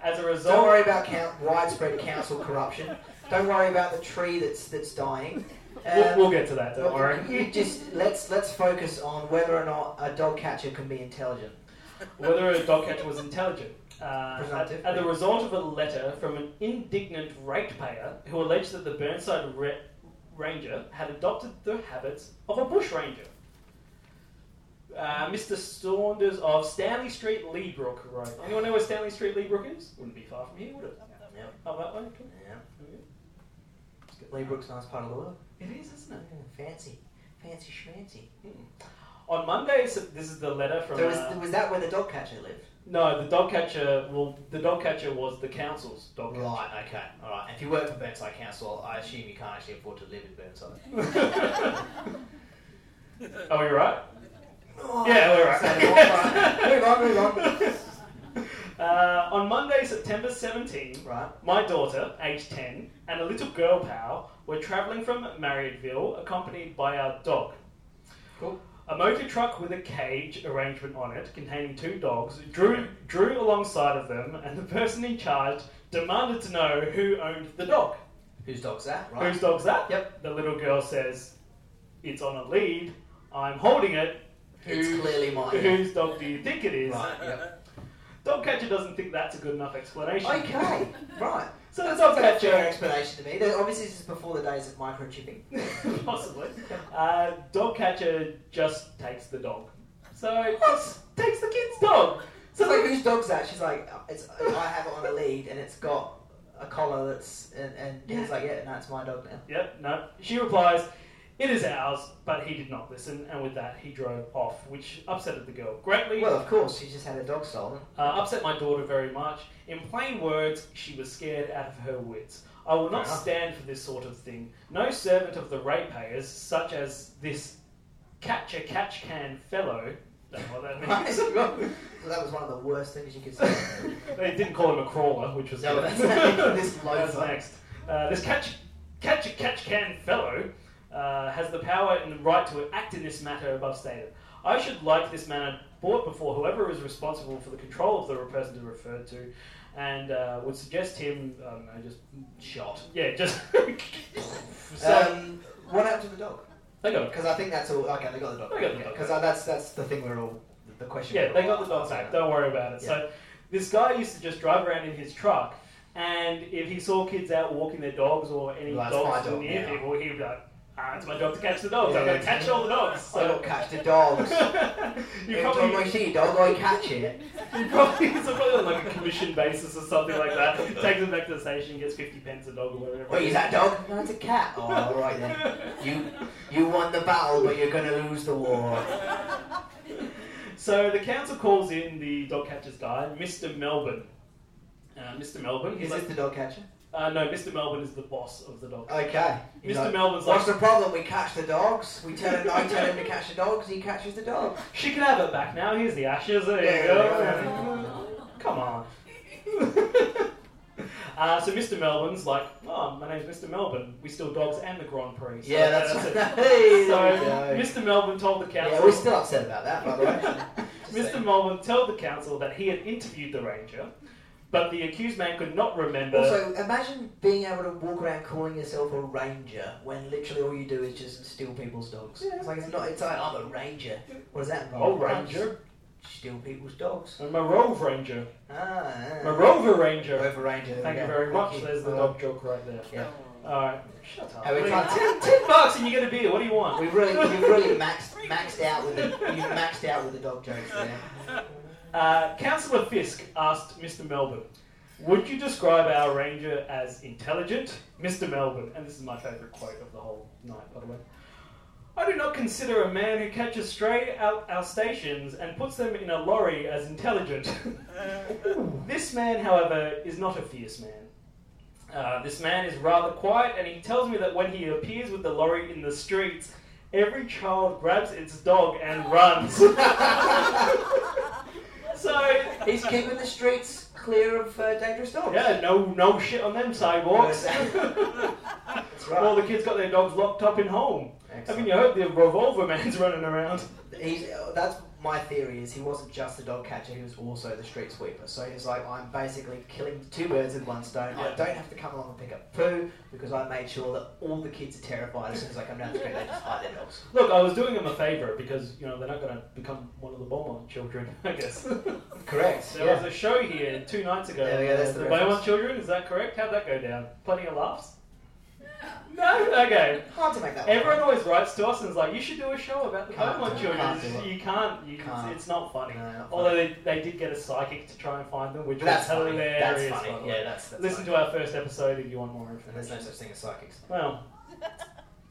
Speaker 1: As a result,
Speaker 2: Don't worry about count, widespread council corruption. Don't worry about the tree that's that's dying.
Speaker 1: we'll, we'll get to that. Don't
Speaker 2: but
Speaker 1: worry.
Speaker 2: You just let's let's focus on whether or not a dog catcher can be intelligent.
Speaker 1: Whether a dog catcher was intelligent. Uh, at,
Speaker 2: Presumptive.
Speaker 1: at the result of a letter from an indignant ratepayer who alleged that the Burnside re- ranger had adopted the habits of a bush ranger. Uh, Mr. Saunders of Stanley Street, Leebrook Road. Anyone know where Stanley Street, Leebrook is? Wouldn't be far from here, would it?
Speaker 4: Up that
Speaker 2: Yeah.
Speaker 4: way.
Speaker 1: Up that way?
Speaker 2: Yeah.
Speaker 1: Okay.
Speaker 2: Lee Brook's a nice part of the world.
Speaker 1: It is, isn't
Speaker 2: Yeah,
Speaker 1: it?
Speaker 2: fancy. Fancy schmancy.
Speaker 1: On Monday, so this is the letter from.
Speaker 2: So was,
Speaker 1: uh,
Speaker 2: was that where the dog catcher lived?
Speaker 1: no, the dog catcher. Well, the dog catcher was the council's dog catcher.
Speaker 2: Right, okay, alright. If you work for Burnside Council, I assume you can't actually afford to live in Burnside.
Speaker 1: Are we right?
Speaker 2: Oh,
Speaker 1: Yeah, we're right.
Speaker 2: So, move on, move
Speaker 1: Uh, on Monday, September 17,
Speaker 2: on. Right.
Speaker 1: my daughter, age 10, and a little girl pal were travelling from Marriotville accompanied by our dog.
Speaker 2: Cool.
Speaker 1: A motor truck with a cage arrangement on it containing two dogs drew, drew alongside of them, and the person in charge demanded to know who owned the dog.
Speaker 2: Whose dog's that? Right.
Speaker 1: Whose dog's that?
Speaker 2: Yep.
Speaker 1: The little girl says, It's on a lead. I'm holding it.
Speaker 2: It's
Speaker 1: Whose-
Speaker 2: clearly mine.
Speaker 1: Whose dog do you think it is?
Speaker 2: Right, yep.
Speaker 1: Dog catcher doesn't think that's a good enough explanation.
Speaker 2: Okay, right.
Speaker 1: So the
Speaker 2: That's
Speaker 1: dog
Speaker 2: a fair
Speaker 1: catcher,
Speaker 2: explanation to me. Though Obviously, this is before the days of microchipping.
Speaker 1: possibly, uh, dog catcher just takes the dog. So just takes the kid's dog.
Speaker 2: So
Speaker 1: So
Speaker 2: like,
Speaker 1: the-
Speaker 2: whose dog's that? She's like, "Oh, it's, I have it on a lead, and it's got a collar that's, and, and he's like, yeah, no, it's my dog now.
Speaker 1: Yep, no. She replies, It is ours, but he did not listen, and with that, he drove off, which upset the girl greatly,
Speaker 2: Well, of course, she just had her dog stolen.
Speaker 1: uh, upset my daughter very much. In plain words, she was scared out of her wits. I will not
Speaker 2: Fair enough.
Speaker 1: stand for this sort of thing. No servant of the ratepayers, such as this catch a catch can fellow, don't know what that
Speaker 2: Right?
Speaker 1: means.
Speaker 2: So that was one of the worst things you could say.
Speaker 1: They didn't call him a crawler, which was
Speaker 2: No,
Speaker 1: good.
Speaker 2: that's this
Speaker 1: That's
Speaker 2: loafer.
Speaker 1: next. Uh, this catch, catch a catch can fellow uh, has the power and the right to act in this matter above stated. I should like this matter brought before whoever is responsible for the control of the representative referred to, and uh, would suggest him. I don't know, just
Speaker 2: Shot.
Speaker 1: yeah, just. so
Speaker 2: Um, what happened to the dog?
Speaker 1: they got
Speaker 2: Because I think that's all. Okay, they got the dog.
Speaker 1: They got the dog.
Speaker 2: Because that's that's the thing we're all the question.
Speaker 1: Yeah,
Speaker 2: we're
Speaker 1: they
Speaker 2: all
Speaker 1: got the dog
Speaker 2: asking
Speaker 1: back.
Speaker 2: about.
Speaker 1: Don't worry about it. So this guy used to just drive around in his truck, and if he saw kids out walking their dogs or any
Speaker 2: Well, that's
Speaker 1: dogs
Speaker 2: my dog
Speaker 1: near
Speaker 2: now.
Speaker 1: people, he'd be like, "Ah, it's my job to catch the dogs. I'm
Speaker 2: Yeah.
Speaker 1: going to catch all the dogs." So
Speaker 2: I don't catch the dogs.
Speaker 1: you
Speaker 2: Every time I
Speaker 1: probably,
Speaker 2: see a dog, I catch it.
Speaker 1: you probably, it's probably on like a commission basis or something like that. Takes them back to the station, gets fifty pence a dog or whatever.
Speaker 2: What is that dog? No, it's a cat. Oh, all right then. You you won the battle, but you're gonna lose the war.
Speaker 1: So the council calls in the dog catcher's guy, Mr. Melbourne. Uh, Mr. Melbourne, he's
Speaker 2: Is this
Speaker 1: like,
Speaker 2: the dog catcher?
Speaker 1: uh, no, Mr. Melbourne is the boss of the dog.
Speaker 2: Okay. He's
Speaker 1: Mr.
Speaker 2: like,
Speaker 1: Melbourne's like,
Speaker 2: What's the problem? We catch the dogs. We tell him. I tell him to catch the dogs. He catches the dogs.
Speaker 1: She can have it back now. Here's the ashes. There
Speaker 2: Yeah,
Speaker 1: you go.
Speaker 2: yeah,
Speaker 1: Come on. uh, so Mr. Melbourne's like, oh, my name's Mr. Melbourne. We steal dogs and the Grand Prix. So
Speaker 2: Yeah, that's,
Speaker 1: it.
Speaker 2: Hey,
Speaker 1: so
Speaker 2: there we go.
Speaker 1: Mr. Melbourne told the council.
Speaker 2: Yeah, we're still upset about that, by the way. Just
Speaker 1: Mr.
Speaker 2: saying.
Speaker 1: Melbourne told the council that he had interviewed the ranger, but the accused man could not remember.
Speaker 2: Also, imagine being able to walk around calling yourself a ranger when literally all you do is just steal people's dogs.
Speaker 1: Yeah.
Speaker 2: It's like it's not. It's like I'm a ranger. What does that mean?
Speaker 1: oh, ranger.
Speaker 2: Steal people's dogs.
Speaker 1: I'm a rove ranger.
Speaker 2: Ah.
Speaker 1: I'm a rover ranger.
Speaker 2: Rover ranger. there
Speaker 1: Thank
Speaker 2: we
Speaker 1: you
Speaker 2: go.
Speaker 1: very much.
Speaker 2: Thank you.
Speaker 1: There's the
Speaker 2: Uh,
Speaker 1: dog joke right there.
Speaker 2: Yeah.
Speaker 1: Alright, shut up.
Speaker 2: Hey, we
Speaker 1: Please.
Speaker 2: can't-
Speaker 1: ten, ten bucks and you get a beer. What do you want?
Speaker 2: We really, you really maxed maxed out with the you maxed out with the dog jokes there.
Speaker 1: Uh, Councillor Fisk asked Mr. Melbourne, Would you describe our ranger as intelligent? Mr. Melbourne, and this is my favourite quote of the whole night, by the way. I do not consider a man who catches stray out our stations and puts them in a lorry as intelligent. this man, however, is not a fierce man. Uh, this man is rather quiet, and he tells me that when he appears with the lorry in the streets, every child grabs its dog and runs. so
Speaker 2: He's keeping the streets clear of uh, dangerous dogs.
Speaker 1: yeah, no, no shit on them sidewalks.
Speaker 2: that's
Speaker 1: All
Speaker 2: right.
Speaker 1: the kids got their dogs locked up in home. Haven't
Speaker 2: Excellent.
Speaker 1: you heard the revolver man's running around?
Speaker 2: He's, uh, that's my theory is he wasn't just the dog catcher; he was also the street sweeper. So he's like, I'm basically killing two birds with one stone. I
Speaker 1: Yeah.
Speaker 2: don't have to come along and pick up poo because I made sure that all the kids are terrified as soon as I come down the street. They just hide their dogs.
Speaker 1: Look, I was doing them a favour because you know they're not going to become one of the Beaumont children, I guess. there
Speaker 2: Correct.
Speaker 1: was a show here two nights ago.
Speaker 2: Yeah, yeah, that's the
Speaker 1: Beaumont
Speaker 2: reference.
Speaker 1: children, is that correct? How'd that go down? Plenty of laughs. No, okay.
Speaker 2: Hard to make that.
Speaker 1: Everyone always writes to us and is like, "You should do a show about the
Speaker 2: Can't
Speaker 1: Pokemon
Speaker 2: do it,
Speaker 1: children."
Speaker 2: can't
Speaker 1: It's
Speaker 2: do
Speaker 1: just-
Speaker 2: it.
Speaker 1: you can't. You,
Speaker 2: Can't.
Speaker 1: It's not funny.
Speaker 2: No, not
Speaker 1: Although
Speaker 2: funny.
Speaker 1: they, they did get a psychic to try and find them, which
Speaker 2: But that's
Speaker 1: was
Speaker 2: funny.
Speaker 1: hilarious.
Speaker 2: That's
Speaker 1: by the
Speaker 2: funny.
Speaker 1: way.
Speaker 2: Yeah, that's, that's
Speaker 1: Listen
Speaker 2: funny.
Speaker 1: to our first episode if you want more
Speaker 2: And there's
Speaker 1: information.
Speaker 2: no such thing as psychics.
Speaker 1: Well,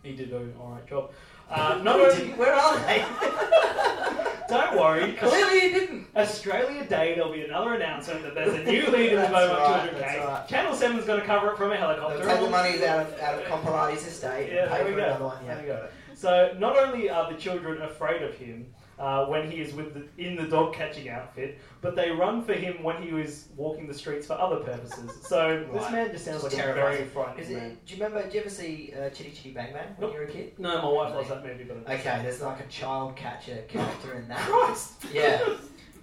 Speaker 1: he did an alright job. Uh, not
Speaker 2: Where
Speaker 1: only,
Speaker 2: did- Where are they?
Speaker 1: don't worry.
Speaker 2: Clearly you didn't.
Speaker 1: Australia Day, there'll be another announcement that there's a new lead in the
Speaker 2: That's
Speaker 1: Beaumont
Speaker 2: right,
Speaker 1: Children
Speaker 2: that's
Speaker 1: case.
Speaker 2: right.
Speaker 1: Channel 7's going to cover it from a
Speaker 2: They'll
Speaker 1: helicopter.
Speaker 2: take the money out of out of Compilati's estate
Speaker 1: Oh, Yeah,
Speaker 2: and pay
Speaker 1: there we
Speaker 2: for
Speaker 1: go.
Speaker 2: another one. Yeah.
Speaker 1: There we go. So not only are the children afraid of him uh, when he is with the, in the dog catching outfit, but they run for him when he is walking the streets for other purposes. So this
Speaker 2: Right.
Speaker 1: man just sounds
Speaker 2: Just
Speaker 1: like a
Speaker 2: terrifying.
Speaker 1: very
Speaker 2: Is
Speaker 1: frightening man.
Speaker 2: it, do you remember? Did you ever see uh, Chitty Chitty Bang Bang when
Speaker 1: Nope.
Speaker 2: you were a kid?
Speaker 1: No, my wife loves that movie, but
Speaker 2: Okay, there's like a child catcher character in that.
Speaker 1: Christ.
Speaker 2: Yeah.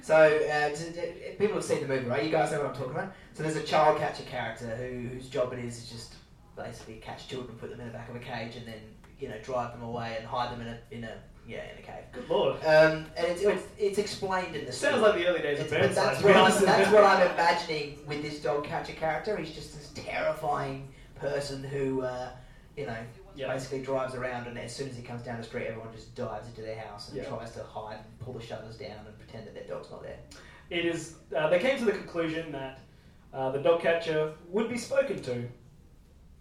Speaker 2: So uh, d- d- people have seen the movie, right? You guys know what I'm talking about. So there's a child catcher character who, whose job it is is just basically catch children, put them in the back of a cage, and then you know drive them away and hide them in a in a yeah in a cave.
Speaker 1: Good lord.
Speaker 2: Um, and it's, it's it's explained in the
Speaker 1: Sounds
Speaker 2: story.
Speaker 1: like the early days of
Speaker 2: It's- but
Speaker 1: Burnside.
Speaker 2: that's
Speaker 1: to be
Speaker 2: what,
Speaker 1: honest
Speaker 2: I'm,
Speaker 1: with
Speaker 2: that's
Speaker 1: you.
Speaker 2: what I'm imagining with this dog catcher character. He's just this terrifying person who, uh, you know,
Speaker 1: Yeah.
Speaker 2: basically drives around, and as soon as he comes down the street, everyone just dives into their house and
Speaker 1: Yeah.
Speaker 2: tries to hide and pull the shutters down and pretend that their dog's not there.
Speaker 1: It is. Uh, they came to the conclusion that uh, the dog catcher would be spoken to.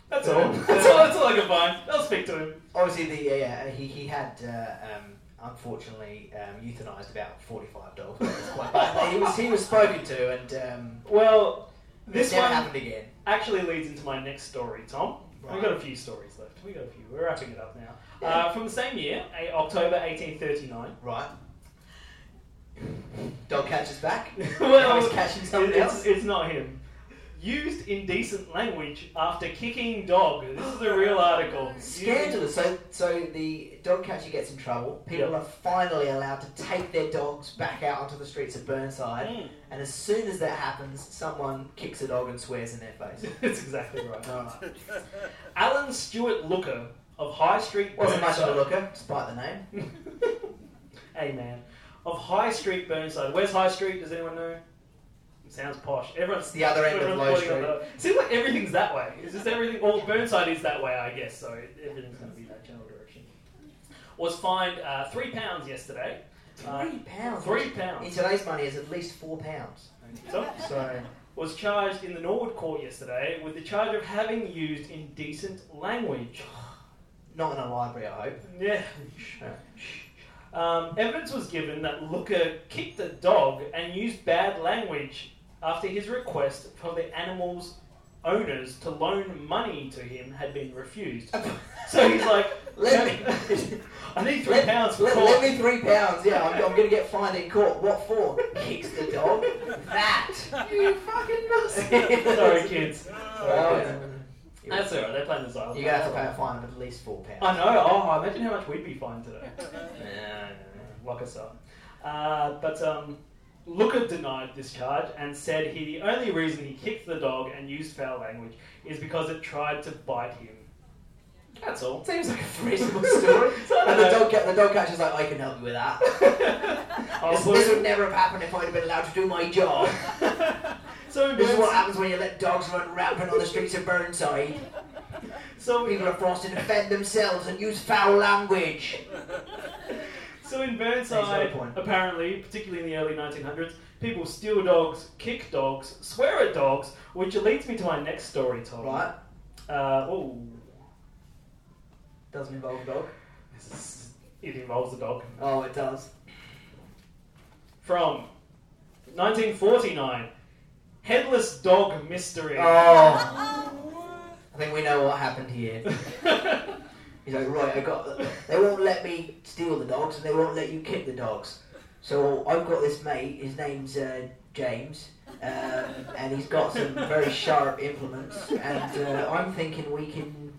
Speaker 1: That's all. That's all. That's all I can find. They'll speak to him.
Speaker 2: Obviously, the yeah, yeah, he he had. Uh, um, Unfortunately, um, euthanized about forty-five dogs. It's quite bad. he was he was spoken to, and um,
Speaker 1: Well, this
Speaker 2: this never
Speaker 1: one
Speaker 2: happened again.
Speaker 1: actually leads into my next story, Tom. We've got a few stories left. We've got a few. We're wrapping it up now. Uh, from the same year, a- October 1839.
Speaker 2: Right. Dog catches back.
Speaker 1: Well,
Speaker 2: he's catching someone
Speaker 1: it's,
Speaker 2: else.
Speaker 1: it's not him. Used indecent language after kicking dog. This is a real article.
Speaker 2: Scandalous. So, so the dog catcher gets in trouble. People
Speaker 1: Yeah.
Speaker 2: are finally allowed to take their dogs back out onto the streets of Burnside.
Speaker 1: Mm.
Speaker 2: And as soon as that happens, someone kicks a dog and swears in their face.
Speaker 1: That's exactly right.
Speaker 2: Alright.
Speaker 1: Alan Stewart Looker of High Street
Speaker 2: Wasn't much of a
Speaker 1: Burnside.
Speaker 2: looker, despite the name.
Speaker 1: hey man, of High Street Burnside. Where's High Street? Does anyone know? It sounds posh. Everyone's
Speaker 2: It's the other end of
Speaker 1: everyone's
Speaker 2: Low
Speaker 1: pointing on
Speaker 2: Street.
Speaker 1: the- Seems like everything's that way. It's just everything. Well, Burnside is that way, I guess. So everything's going to be that general direction. Was fined uh, three pounds yesterday. Uh,
Speaker 2: Three pounds.
Speaker 1: three
Speaker 2: In
Speaker 1: pounds.
Speaker 2: today's money, is at least four pounds.
Speaker 1: So,
Speaker 2: So
Speaker 1: was charged in the Norwood court yesterday with the charge of having used indecent language.
Speaker 2: not in a library, I hope.
Speaker 1: Yeah. Um, evidence was given that Looker kicked a dog and used bad language after his request for the animal's owners to loan money to him had been refused. So he's like,
Speaker 2: Let me-
Speaker 1: I need three pounds for
Speaker 2: Let,
Speaker 1: court.
Speaker 2: let me three pounds. Yeah, I'm, I'm gonna get fined in court. What for? Kicks the dog. That.
Speaker 1: You fucking
Speaker 2: nuss.
Speaker 1: Sorry, kids. Sorry, kids.
Speaker 2: Um,
Speaker 1: That's alright, they're playing the silent.
Speaker 2: You're gonna have to pay a fine of at least four
Speaker 1: I
Speaker 2: pounds.
Speaker 1: know, oh, imagine how much we'd be fined today.
Speaker 2: Yeah.
Speaker 1: Lock us up. Uh, but um, Looker denied this charge and said he the only reason he kicked the dog and used foul language is because it tried to bite him. That's all.
Speaker 2: Seems like a reasonable story.
Speaker 1: So I don't
Speaker 2: and the
Speaker 1: know.
Speaker 2: dog, ca- the dog catcher's like, I can help you with that.
Speaker 1: I'll
Speaker 2: This,
Speaker 1: put-
Speaker 2: this would never have happened if I'd have been allowed to do my job.
Speaker 1: so, in
Speaker 2: This is what
Speaker 1: Burns-
Speaker 2: happens when you let dogs run rampant on the streets of Burnside.
Speaker 1: so, in-
Speaker 2: People are forced to defend themselves and use foul language.
Speaker 1: so in
Speaker 2: He's
Speaker 1: Burnside,
Speaker 2: got a point.
Speaker 1: apparently, particularly in the early 1900s, people steal dogs, kick dogs, swear at dogs, which leads me to my next story, Tom.
Speaker 2: Right?
Speaker 1: Uh, oh,
Speaker 2: Doesn't involve a dog.
Speaker 1: this is- it involves a dog.
Speaker 2: Oh, it does.
Speaker 1: from 1949 Headless Dog Mystery.
Speaker 2: Oh. I think we know what happened here.
Speaker 1: yeah,
Speaker 2: He's like, right, I got. They won't let me steal the dogs, and they won't let you kick the dogs. So I've got this mate. His name's uh, James, um, and he's got some very sharp implements. And uh, I'm thinking we can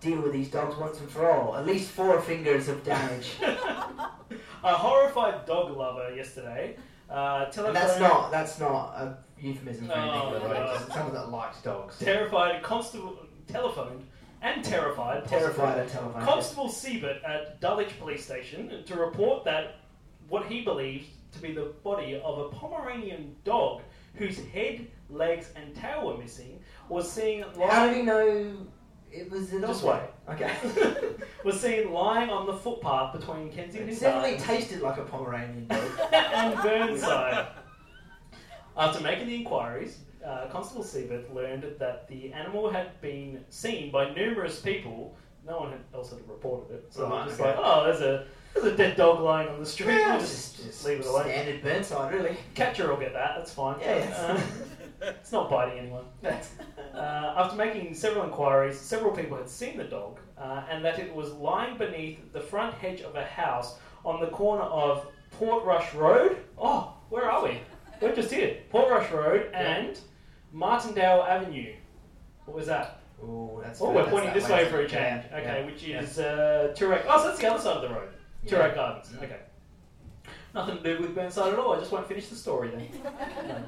Speaker 2: deal with these dogs once and for all. At least four fingers of damage.
Speaker 1: a horrified dog lover yesterday. Uh,
Speaker 2: And
Speaker 1: telephoned
Speaker 2: that's not. That's not a euphemism for anything. by the way,
Speaker 1: Oh, no.
Speaker 2: it's Someone that likes dogs.
Speaker 1: terrified constable telephoned and terrified possibly,
Speaker 2: Terrified and terrified.
Speaker 1: Constable Siebert at Dulwich Police Station to report that what he believes to be the body of a Pomeranian dog whose head, legs, and tail were missing was seen
Speaker 2: How
Speaker 1: lying
Speaker 2: do you know It was an
Speaker 1: Just
Speaker 2: odd one. Okay.
Speaker 1: was seen lying on the footpath between Kensington
Speaker 2: It certainly
Speaker 1: Gardens
Speaker 2: tasted like a Pomeranian dog.
Speaker 1: and Burnside. After making the inquiries, uh, Constable Siebert learned that the animal had been seen by numerous people. No one had else had reported it, so
Speaker 2: Right,
Speaker 1: they're just
Speaker 2: okay.
Speaker 1: like, "Oh, there's a there's a dead dog lying on the street.
Speaker 2: Yeah,
Speaker 1: We'll
Speaker 2: it's
Speaker 1: just,
Speaker 2: just, just
Speaker 1: leave it alone."
Speaker 2: standard Burnside, really.
Speaker 1: Catcher will get that. That's fine.
Speaker 2: Yeah, yeah.
Speaker 1: Uh, it's not biting anyone. Uh, after making several inquiries, several people had seen the dog uh, and that it was lying beneath the front hedge of a house on the corner of Portrush Road. Oh, where are we? We're just here. Portrush Road
Speaker 2: Yeah.
Speaker 1: and Martindale Avenue. What was that?
Speaker 2: Ooh, that's
Speaker 1: Oh,
Speaker 2: good,
Speaker 1: we're
Speaker 2: that's
Speaker 1: pointing
Speaker 2: that
Speaker 1: this way for a
Speaker 2: Yeah,
Speaker 1: change. okay,
Speaker 2: yeah,
Speaker 1: which
Speaker 2: yeah.
Speaker 1: is uh, Turek. Oh, so that's the other side of the road.
Speaker 2: Yeah.
Speaker 1: Turek Gardens.
Speaker 2: Mm.
Speaker 1: Okay. Nothing to do with Burnside at all. I just won't finish the story then.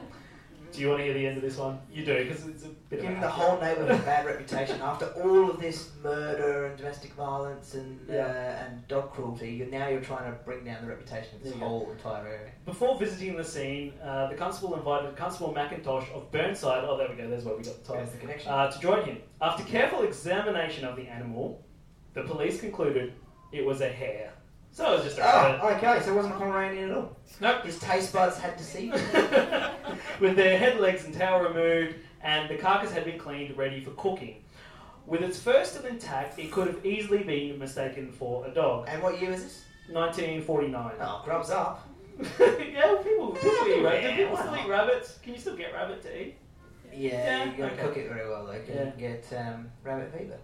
Speaker 1: Do you want to hear the end of this one? You do, because it's a bit of
Speaker 2: Giving
Speaker 1: a
Speaker 2: the
Speaker 1: hack.
Speaker 2: whole neighbourhood a bad reputation after all of this murder and domestic violence and
Speaker 1: Yeah.
Speaker 2: uh, and dog cruelty. You're, now you're trying to bring down the reputation of this
Speaker 1: There you go.
Speaker 2: whole entire area.
Speaker 1: Before visiting the scene, uh, the constable invited Constable McIntosh of Burnside. Oh, there we go. There's where we got the title.
Speaker 2: There's the connection.
Speaker 1: Uh, to join him. After careful examination of the animal, the police concluded it was a hare. So it was just a rabbit.
Speaker 2: oh, okay. So it wasn't a Pomeranian at all.
Speaker 1: Nope.
Speaker 2: His taste buds had deceived. him.
Speaker 1: with their head, legs, and tail removed, and the carcass had been cleaned, ready for cooking. With its fur still intact, it could have easily been mistaken for a dog.
Speaker 2: and what year was this?
Speaker 1: 1949.
Speaker 2: Oh, grubs up.
Speaker 1: yeah, people, people eat rabbits.
Speaker 2: Yeah,
Speaker 1: Do people
Speaker 2: why
Speaker 1: still
Speaker 2: not?
Speaker 1: eat rabbits? Can you still get rabbit to eat?
Speaker 2: Yeah,
Speaker 1: Yeah,
Speaker 2: you gotta
Speaker 1: okay.
Speaker 2: cook it very well though. You can get um, rabbit fever.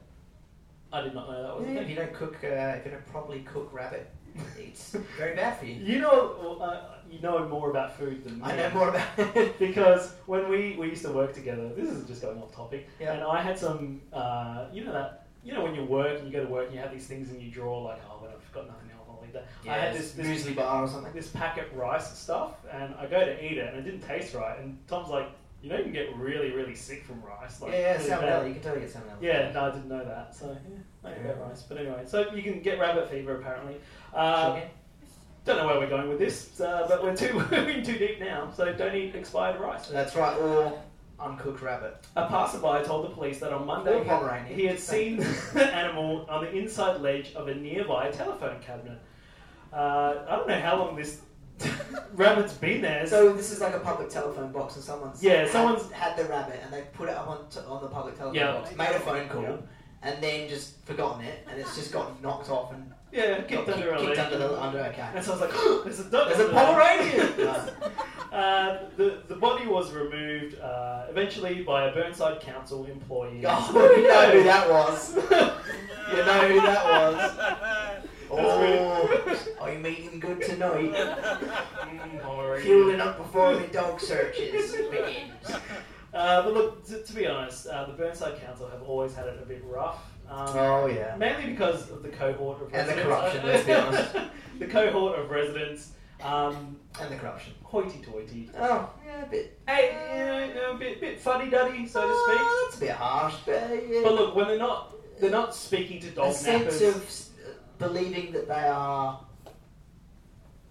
Speaker 1: I did not know that was a
Speaker 2: Yeah, if
Speaker 1: thing.
Speaker 2: you don't cook, uh, if you don't properly cook rabbit, it's very bad for you.
Speaker 1: You know, uh, you know more about food than me.
Speaker 2: I know more about it.
Speaker 1: because when we, we used to work together, this is just going off topic.
Speaker 2: Yeah.
Speaker 1: And I had some, uh, you know that, you know when you work and you go to work and you have these things and you draw like, oh, well, I've got nothing else, I'll eat that. I had this this,
Speaker 2: muesli bar or something.
Speaker 1: this packet rice stuff, and I go to eat it, and it didn't taste right. And Tom's like, you know, you can get really really sick from rice. Like,
Speaker 2: yeah, yeah,
Speaker 1: really
Speaker 2: salmonella.
Speaker 1: bad."
Speaker 2: You can totally get salmonella.
Speaker 1: Yeah, no, I didn't know that. So yeah, I
Speaker 2: Yeah.
Speaker 1: about rice. But anyway, so you can get rabbit fever apparently. Uh,
Speaker 2: Chicken.
Speaker 1: Don't know where we're going with this, uh, but we're too we're in too deep now. So don't eat expired rice.
Speaker 2: That's right. Or uncooked rabbit.
Speaker 1: A passerby told the police that on
Speaker 2: Or
Speaker 1: Monday
Speaker 2: Pomeranian.
Speaker 1: he had seen the animal on the inside ledge of a nearby telephone cabinet. Uh, I don't know how long this rabbit's been there.
Speaker 2: So this is like a public telephone box, and someone's
Speaker 1: Yeah,
Speaker 2: had-
Speaker 1: someone's-
Speaker 2: had the rabbit, and they put it up on, to, on the public telephone
Speaker 1: Yeah.
Speaker 2: box, made a phone call,
Speaker 1: Yeah.
Speaker 2: and then just forgotten it, and it's just gotten knocked off and
Speaker 1: yeah,
Speaker 2: got
Speaker 1: kicked
Speaker 2: kicked,
Speaker 1: under a
Speaker 2: kicked
Speaker 1: leg.
Speaker 2: under the under. Okay,
Speaker 1: And so I was like, "Oh, there's a dog.
Speaker 2: there's a
Speaker 1: under there."
Speaker 2: Pomeranian. No.
Speaker 1: Uh, the, the body was removed uh, eventually by a Burnside Council employee.
Speaker 2: Oh, you know who that was. You know who that was.
Speaker 3: that
Speaker 2: Oh, I'm eating good tonight.
Speaker 1: Mm, Pomeranian.
Speaker 2: Fueling up before the dog searches begins.
Speaker 1: Uh, but look, to, to be honest, uh, the Burnside Council have always had it a bit rough. Um,
Speaker 2: Oh yeah.
Speaker 1: Mainly because of the cohort of
Speaker 2: And the
Speaker 1: residents.
Speaker 2: corruption, let's be honest.
Speaker 1: the cohort of residents, um,
Speaker 2: And the corruption.
Speaker 1: hoity-toity.
Speaker 2: Oh, yeah, a bit.
Speaker 1: Hey, you know, a bit, bit fuddy-duddy, so to speak.
Speaker 2: Oh, that's a bit harsh, but yeah.
Speaker 1: But look, when they're not, they're not speaking to
Speaker 2: a
Speaker 1: dog
Speaker 2: sense
Speaker 1: nappers.
Speaker 2: of s- believing that they are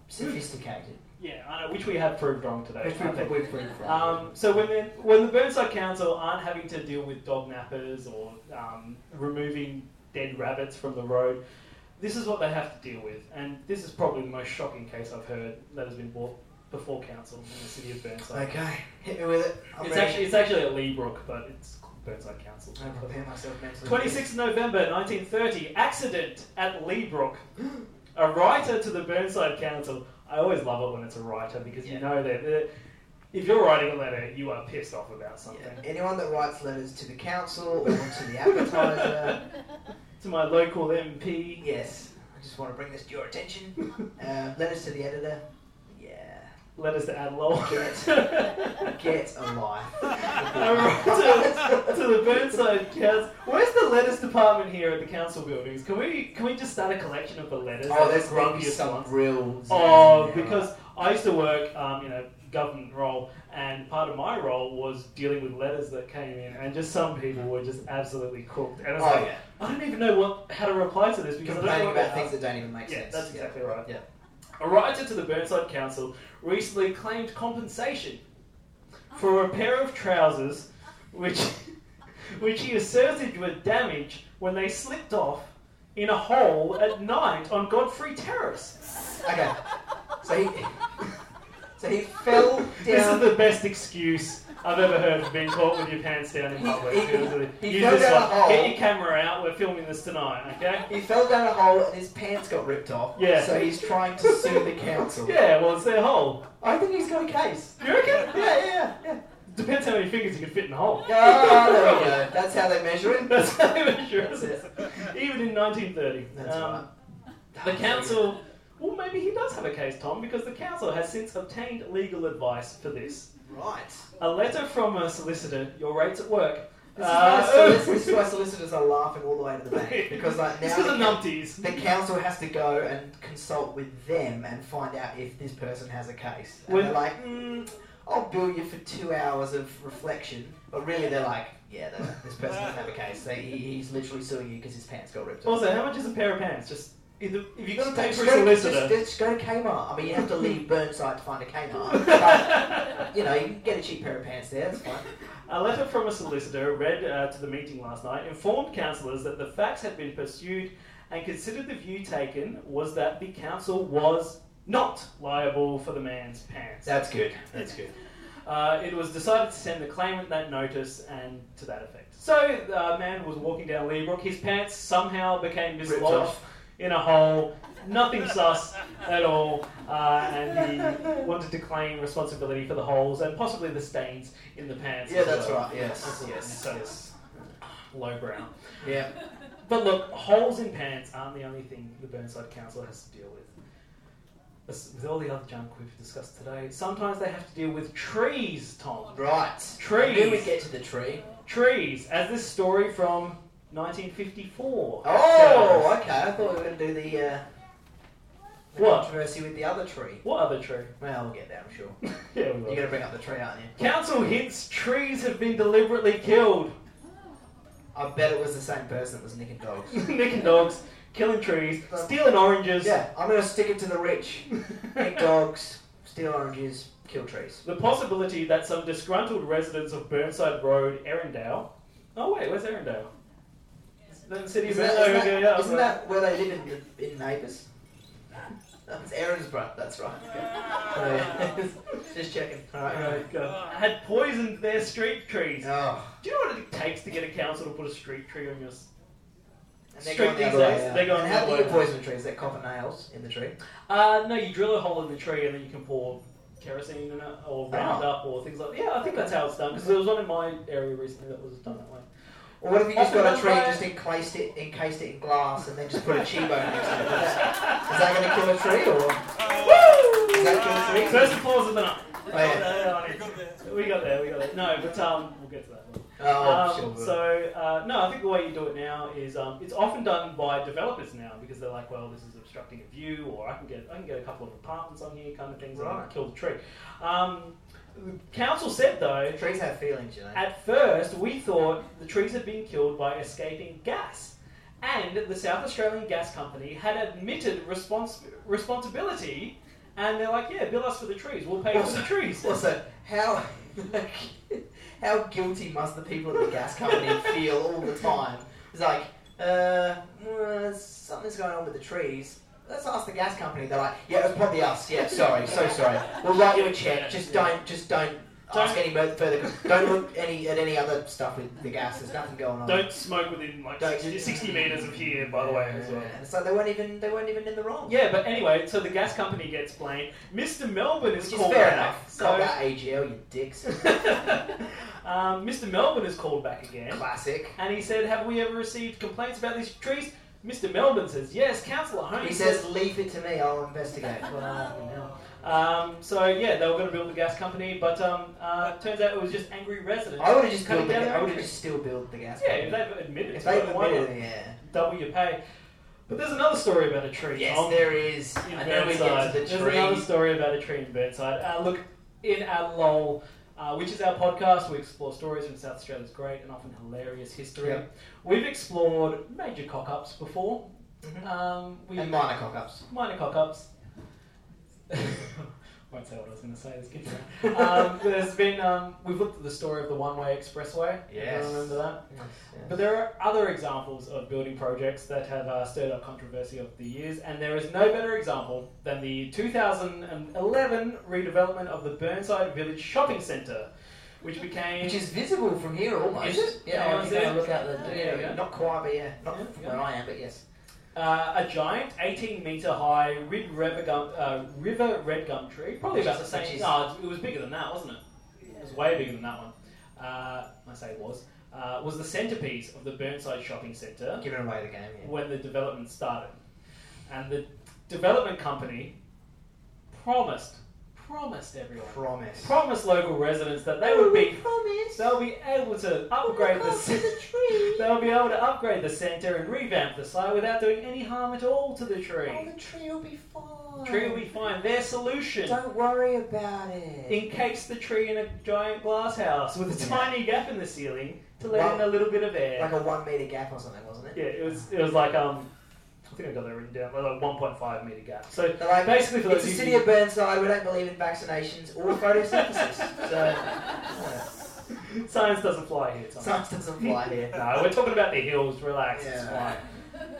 Speaker 2: sophisticated,
Speaker 1: Yeah, I know, which we have proved wrong today.
Speaker 2: which
Speaker 1: I think.
Speaker 2: we've, we've proved from.
Speaker 1: Um, so when the when the Burnside Council aren't having to deal with dog nappers or um, removing dead rabbits from the road, this is what they have to deal with, and this is probably the most shocking case I've heard that has been brought before council in the city of Burnside.
Speaker 2: okay, hit me with it. I'm
Speaker 1: it's
Speaker 2: ready.
Speaker 1: actually it's actually at Leebrook, but it's called Burnside Council.
Speaker 2: I prepare myself mentally.
Speaker 1: 26th November 1930, accident at Leebrook. A writer to the Burnside Council. I always love it when it's a writer because you
Speaker 2: Yeah.
Speaker 1: know that that if you're writing a letter, you are pissed off about something.
Speaker 2: Yeah, Anyone that writes letters to the council or to the advertiser,
Speaker 1: To my local MP.
Speaker 2: yes, I just want to bring this to your attention. Uh, letters to the editor, yeah,
Speaker 1: Letters to Adelaide.
Speaker 2: get a life.
Speaker 1: A writer to the Burnside Council. Where's the letters department here at the council buildings? Can we can we just start a collection of the letters?
Speaker 2: Oh,
Speaker 1: Like
Speaker 2: there's
Speaker 1: the
Speaker 2: going to be
Speaker 1: grumpiest
Speaker 2: some
Speaker 1: ones?
Speaker 2: real.
Speaker 1: Oh,
Speaker 2: zingers in there.
Speaker 1: because I used to work um, in a government role, and part of my role was dealing with letters that came in, and just some people were just absolutely cooked. And it's
Speaker 2: Oh
Speaker 1: like,
Speaker 2: yeah,
Speaker 1: I don't even know what how to reply to this because I don't
Speaker 2: complaining
Speaker 1: know
Speaker 2: about
Speaker 1: what
Speaker 2: things that don't even make
Speaker 1: Yeah,
Speaker 2: sense.
Speaker 1: that's exactly right.
Speaker 2: Yeah.
Speaker 1: A writer to the Burnside Council recently claimed compensation for a pair of trousers which which he asserted were damaged when they slipped off in a hole at night on Godfrey Terrace.
Speaker 2: Okay. So he, so he fell down.
Speaker 1: This is the best excuse I've ever heard for being caught with your pants down in public.
Speaker 2: He- he-
Speaker 1: seriously.
Speaker 2: he
Speaker 1: Use
Speaker 2: fell
Speaker 1: this
Speaker 2: down
Speaker 1: one.
Speaker 2: a hole.
Speaker 1: Get your camera out. We're filming this tonight, okay?
Speaker 2: he fell down a hole and his pants got ripped off.
Speaker 1: Yeah.
Speaker 2: So he's trying to sue the council.
Speaker 1: Yeah, well, it's their hole.
Speaker 2: I think he's got a case.
Speaker 1: You reckon?
Speaker 2: Yeah, yeah, yeah.
Speaker 1: Depends how many fingers you can fit in the hole.
Speaker 2: Ah, there we go. That's how they measure it.
Speaker 1: That's how immature it
Speaker 2: That's
Speaker 1: is.
Speaker 2: it.
Speaker 1: Even in 1930.
Speaker 2: That's
Speaker 1: um, The council. Well, maybe he does have a case, Tom, because the council has since obtained legal advice for this.
Speaker 2: Right.
Speaker 1: A letter from a solicitor, your rates at work.
Speaker 2: This is,
Speaker 1: Uh,
Speaker 2: why solic- this is why solicitors are laughing all the way to the bank because like
Speaker 1: This
Speaker 2: now
Speaker 1: is a
Speaker 2: the, coun-
Speaker 1: numpties.
Speaker 2: the council has to go and consult with them and find out if this person has a case. And
Speaker 1: When-
Speaker 2: they're like, mm, I'll bill you for two hours of reflection, but really they're like, yeah, that- this person doesn't have a case. So he, he's literally suing you because his pants got ripped off.
Speaker 1: Also, how much is a pair of pants? Just if the- if you're going to pay
Speaker 2: Just
Speaker 1: for a
Speaker 2: go-
Speaker 1: solicitor,
Speaker 2: Just, just go to Kmart. I mean, you have to leave Burnside to find a Kmart. But, you know, you can get a cheap pair of pants there. That's fine.
Speaker 1: a letter from a solicitor read uh, to the meeting last night informed councillors that the facts had been pursued and considered the view taken was that the council was not liable for the man's pants.
Speaker 2: That's good. That's good.
Speaker 1: Uh, it was decided to send the claimant that notice and to that effect. So a man was walking down Lee Brook. His pants somehow became
Speaker 2: Ripped
Speaker 1: dislodged
Speaker 2: off.
Speaker 1: in a hole. Nothing sus at all. Uh, and he wanted to claim responsibility for the holes and possibly the stains in the pants.
Speaker 2: Yeah,
Speaker 1: as
Speaker 2: that's
Speaker 1: well.
Speaker 2: right. Yes, yes,
Speaker 1: So-
Speaker 2: yes.
Speaker 1: Lowbrow.
Speaker 2: Yeah.
Speaker 1: But look, holes in pants aren't the only thing the Burnside Council has to deal with. As- With all the other junk we've discussed today, sometimes they have to deal with trees, Tom.
Speaker 2: Right.
Speaker 1: Trees.
Speaker 2: Then we get to the tree.
Speaker 1: Trees, as this story from 1954.
Speaker 2: Oh, okay. I thought we were going to do the, uh, the
Speaker 1: What?
Speaker 2: controversy with the other tree.
Speaker 1: What other tree?
Speaker 2: Well, we'll get there, I'm sure.
Speaker 1: yeah, we
Speaker 2: You're
Speaker 1: will.
Speaker 2: going to bring up the tree, aren't you?
Speaker 1: Council hints trees have been deliberately killed.
Speaker 2: I bet it was the same person that was nicking dogs.
Speaker 1: Nicking dogs, killing trees, stealing oranges.
Speaker 2: Um, yeah, I'm going to stick it to the rich. Nick dogs, steal oranges, kill trees.
Speaker 1: the possibility that some disgruntled residents of Burnside Road, Erindale. Oh, wait, where's Erindale? The city of
Speaker 2: Isn't that,
Speaker 1: Erindale, yeah,
Speaker 2: isn't that-
Speaker 1: yeah,
Speaker 2: isn't
Speaker 1: right.
Speaker 2: that where they live in, the, in Neighbours? That's Aaron's brother, that's right.
Speaker 3: Ah.
Speaker 2: Just checking. Alright,
Speaker 1: Oh, God. Had poisoned their street trees.
Speaker 2: Oh.
Speaker 1: Do you know what it takes to get a council to put a street tree on your s-
Speaker 2: And they're
Speaker 1: Straight
Speaker 2: going the
Speaker 1: these
Speaker 2: other way.
Speaker 1: days,
Speaker 2: yeah.
Speaker 1: they're going
Speaker 2: and
Speaker 1: the
Speaker 2: how do
Speaker 1: other
Speaker 2: you
Speaker 1: way.
Speaker 2: poison trees? They copper nails in the tree.
Speaker 1: Uh, no, you drill a hole in the tree and then you can pour kerosene in it or Roundup or things like that. Yeah, I think that's how it's done because there was one in my area recently that was done that way.
Speaker 2: Or what if you just got a
Speaker 1: Often
Speaker 2: tree and
Speaker 1: by-
Speaker 2: just encased it, encased it in glass, and then just put a cheekbone next to it? Is that, is that going to kill a tree, or
Speaker 1: Woo!
Speaker 2: is that kill a tree?
Speaker 1: First applause of the night.
Speaker 2: Oh, yeah.
Speaker 3: We got there.
Speaker 1: We got there, we got there. No, but um, we'll get to that. one.
Speaker 2: Oh,
Speaker 1: um,
Speaker 2: sure.
Speaker 1: so, uh, no, I think the way you do it now is um, it's often done by developers now because they're like, well, this is obstructing a view, or I can get I can get a couple of apartments on here, kind of things, and I
Speaker 2: Right.
Speaker 1: can kill the tree. Um, the council said though
Speaker 2: Trees have feelings, you know.
Speaker 1: At first, we thought the trees had been killed by escaping gas, and the South Australian Gas Company had admitted respons- responsibility. And they're like, "Yeah, bill us for the trees. We'll pay for the trees."
Speaker 2: Also, how how guilty must the people at the gas company feel all the time? It's like, uh, mm, something's going on with the trees. Let's ask the gas company. They're like, yeah, it was probably us. Yeah, sorry, so sorry. We'll write you a check. Just don't, just don't. Ask
Speaker 1: Don't-
Speaker 2: any mo- further. Don't look any at any other stuff with the gas. There's nothing going on.
Speaker 1: Don't smoke within like
Speaker 2: Don't-
Speaker 1: 60, 60 meters of here, by the way, as well.
Speaker 2: Yeah, It's like they weren't even they weren't even in the wrong.
Speaker 1: Yeah, but anyway, so the gas company gets blamed. Mr. Melbourne is
Speaker 2: which is
Speaker 1: called
Speaker 2: fair
Speaker 1: back.
Speaker 2: enough.
Speaker 1: So,
Speaker 2: Call that AGL, you dicks.
Speaker 1: um, Mr. Melbourne is called back again.
Speaker 2: Classic.
Speaker 1: And he said, Have we ever received complaints about these trees? Mr. Melbourne says, Yes, Councillor Holmes.
Speaker 2: He says, "Leave it to me. I'll investigate."
Speaker 1: Um, so yeah, they were going to build the gas company, but um, uh, turns out it was just angry residents.
Speaker 2: I would have just
Speaker 1: cutting
Speaker 2: built the,
Speaker 1: down their
Speaker 2: I would have
Speaker 1: own
Speaker 2: just still built the gas.
Speaker 1: trees. Yeah, if
Speaker 2: company.
Speaker 1: they've admitted
Speaker 2: if
Speaker 1: to
Speaker 2: they
Speaker 1: it, why
Speaker 2: admitted it, yeah.
Speaker 1: not double your pay? But there's another story about a tree.
Speaker 2: Yes,
Speaker 1: Tom,
Speaker 2: there is.
Speaker 1: in
Speaker 2: And then we get
Speaker 1: Burnside.
Speaker 2: to the
Speaker 1: There's another
Speaker 2: tree.
Speaker 1: story about a tree in Burnside. Uh, look, in our LOL, uh, which is our podcast, we explore stories from South Australia's great and often hilarious history.
Speaker 2: Yeah.
Speaker 1: We've explored major cock ups before.
Speaker 2: Mhm.
Speaker 1: Um, we
Speaker 2: And minor cock ups.
Speaker 1: minor cock ups. won't say what I was going to say. This gets around. um, there's been um, we've looked at the story of the one-way expressway.
Speaker 2: Yes.
Speaker 1: Everyone remember that?
Speaker 2: Yes, yes.
Speaker 1: But there are other examples of building projects that have uh, stirred up controversy over the years, and there is no better example than the 2011 redevelopment of the Burnside Village Shopping Centre, which became.
Speaker 5: Which is visible from here almost.
Speaker 1: Is it?
Speaker 5: Yeah,
Speaker 1: Yeah,
Speaker 5: if
Speaker 1: is
Speaker 5: you go
Speaker 1: it?
Speaker 5: and look out the.
Speaker 1: Yeah, yeah.
Speaker 2: Not quite, but yeah. Not
Speaker 1: Yeah,
Speaker 2: from
Speaker 1: yeah.
Speaker 2: where I am, but yes.
Speaker 1: Uh, a giant 18 metre high rid river, gum, uh, river red gum tree, probably
Speaker 2: Which
Speaker 1: about the
Speaker 2: is-
Speaker 1: same.
Speaker 2: which is-
Speaker 1: no, it was bigger than that, wasn't it? It was way bigger than that one. Uh, I say was. Uh, was the centrepiece of the Burnside Shopping Centre.
Speaker 2: Giving away the game, yeah.
Speaker 1: when the development started. And the development company promised, promised everyone,
Speaker 2: Promise.
Speaker 1: promised local residents that they would be,
Speaker 2: promise.
Speaker 1: they'll be able to upgrade the, ce-
Speaker 2: tree.
Speaker 1: they'll be able to upgrade the centre and revamp the site without doing any harm at all to the
Speaker 2: Oh,
Speaker 1: tree.
Speaker 2: the tree will be fine.
Speaker 1: Tree will be fine. Their solution.
Speaker 2: Don't worry about it.
Speaker 1: Encase the tree in a giant glass house with a
Speaker 2: Yeah.
Speaker 1: tiny gap in the ceiling to let
Speaker 2: Well,
Speaker 1: in a little bit of air.
Speaker 2: like a one meter gap or something, wasn't it?
Speaker 1: yeah, it was it was like um, I think I got that written down, like 1.5 meter gap. So
Speaker 2: They're like,
Speaker 1: Basically, for those
Speaker 2: it's the
Speaker 1: who-
Speaker 2: city of Burnside. We don't believe in vaccinations or photosynthesis. so uh,
Speaker 1: Science doesn't fly here, Tom.
Speaker 2: science doesn't apply here.
Speaker 1: no, we're talking about the hills. Relax, it's
Speaker 2: Yeah.
Speaker 1: fine.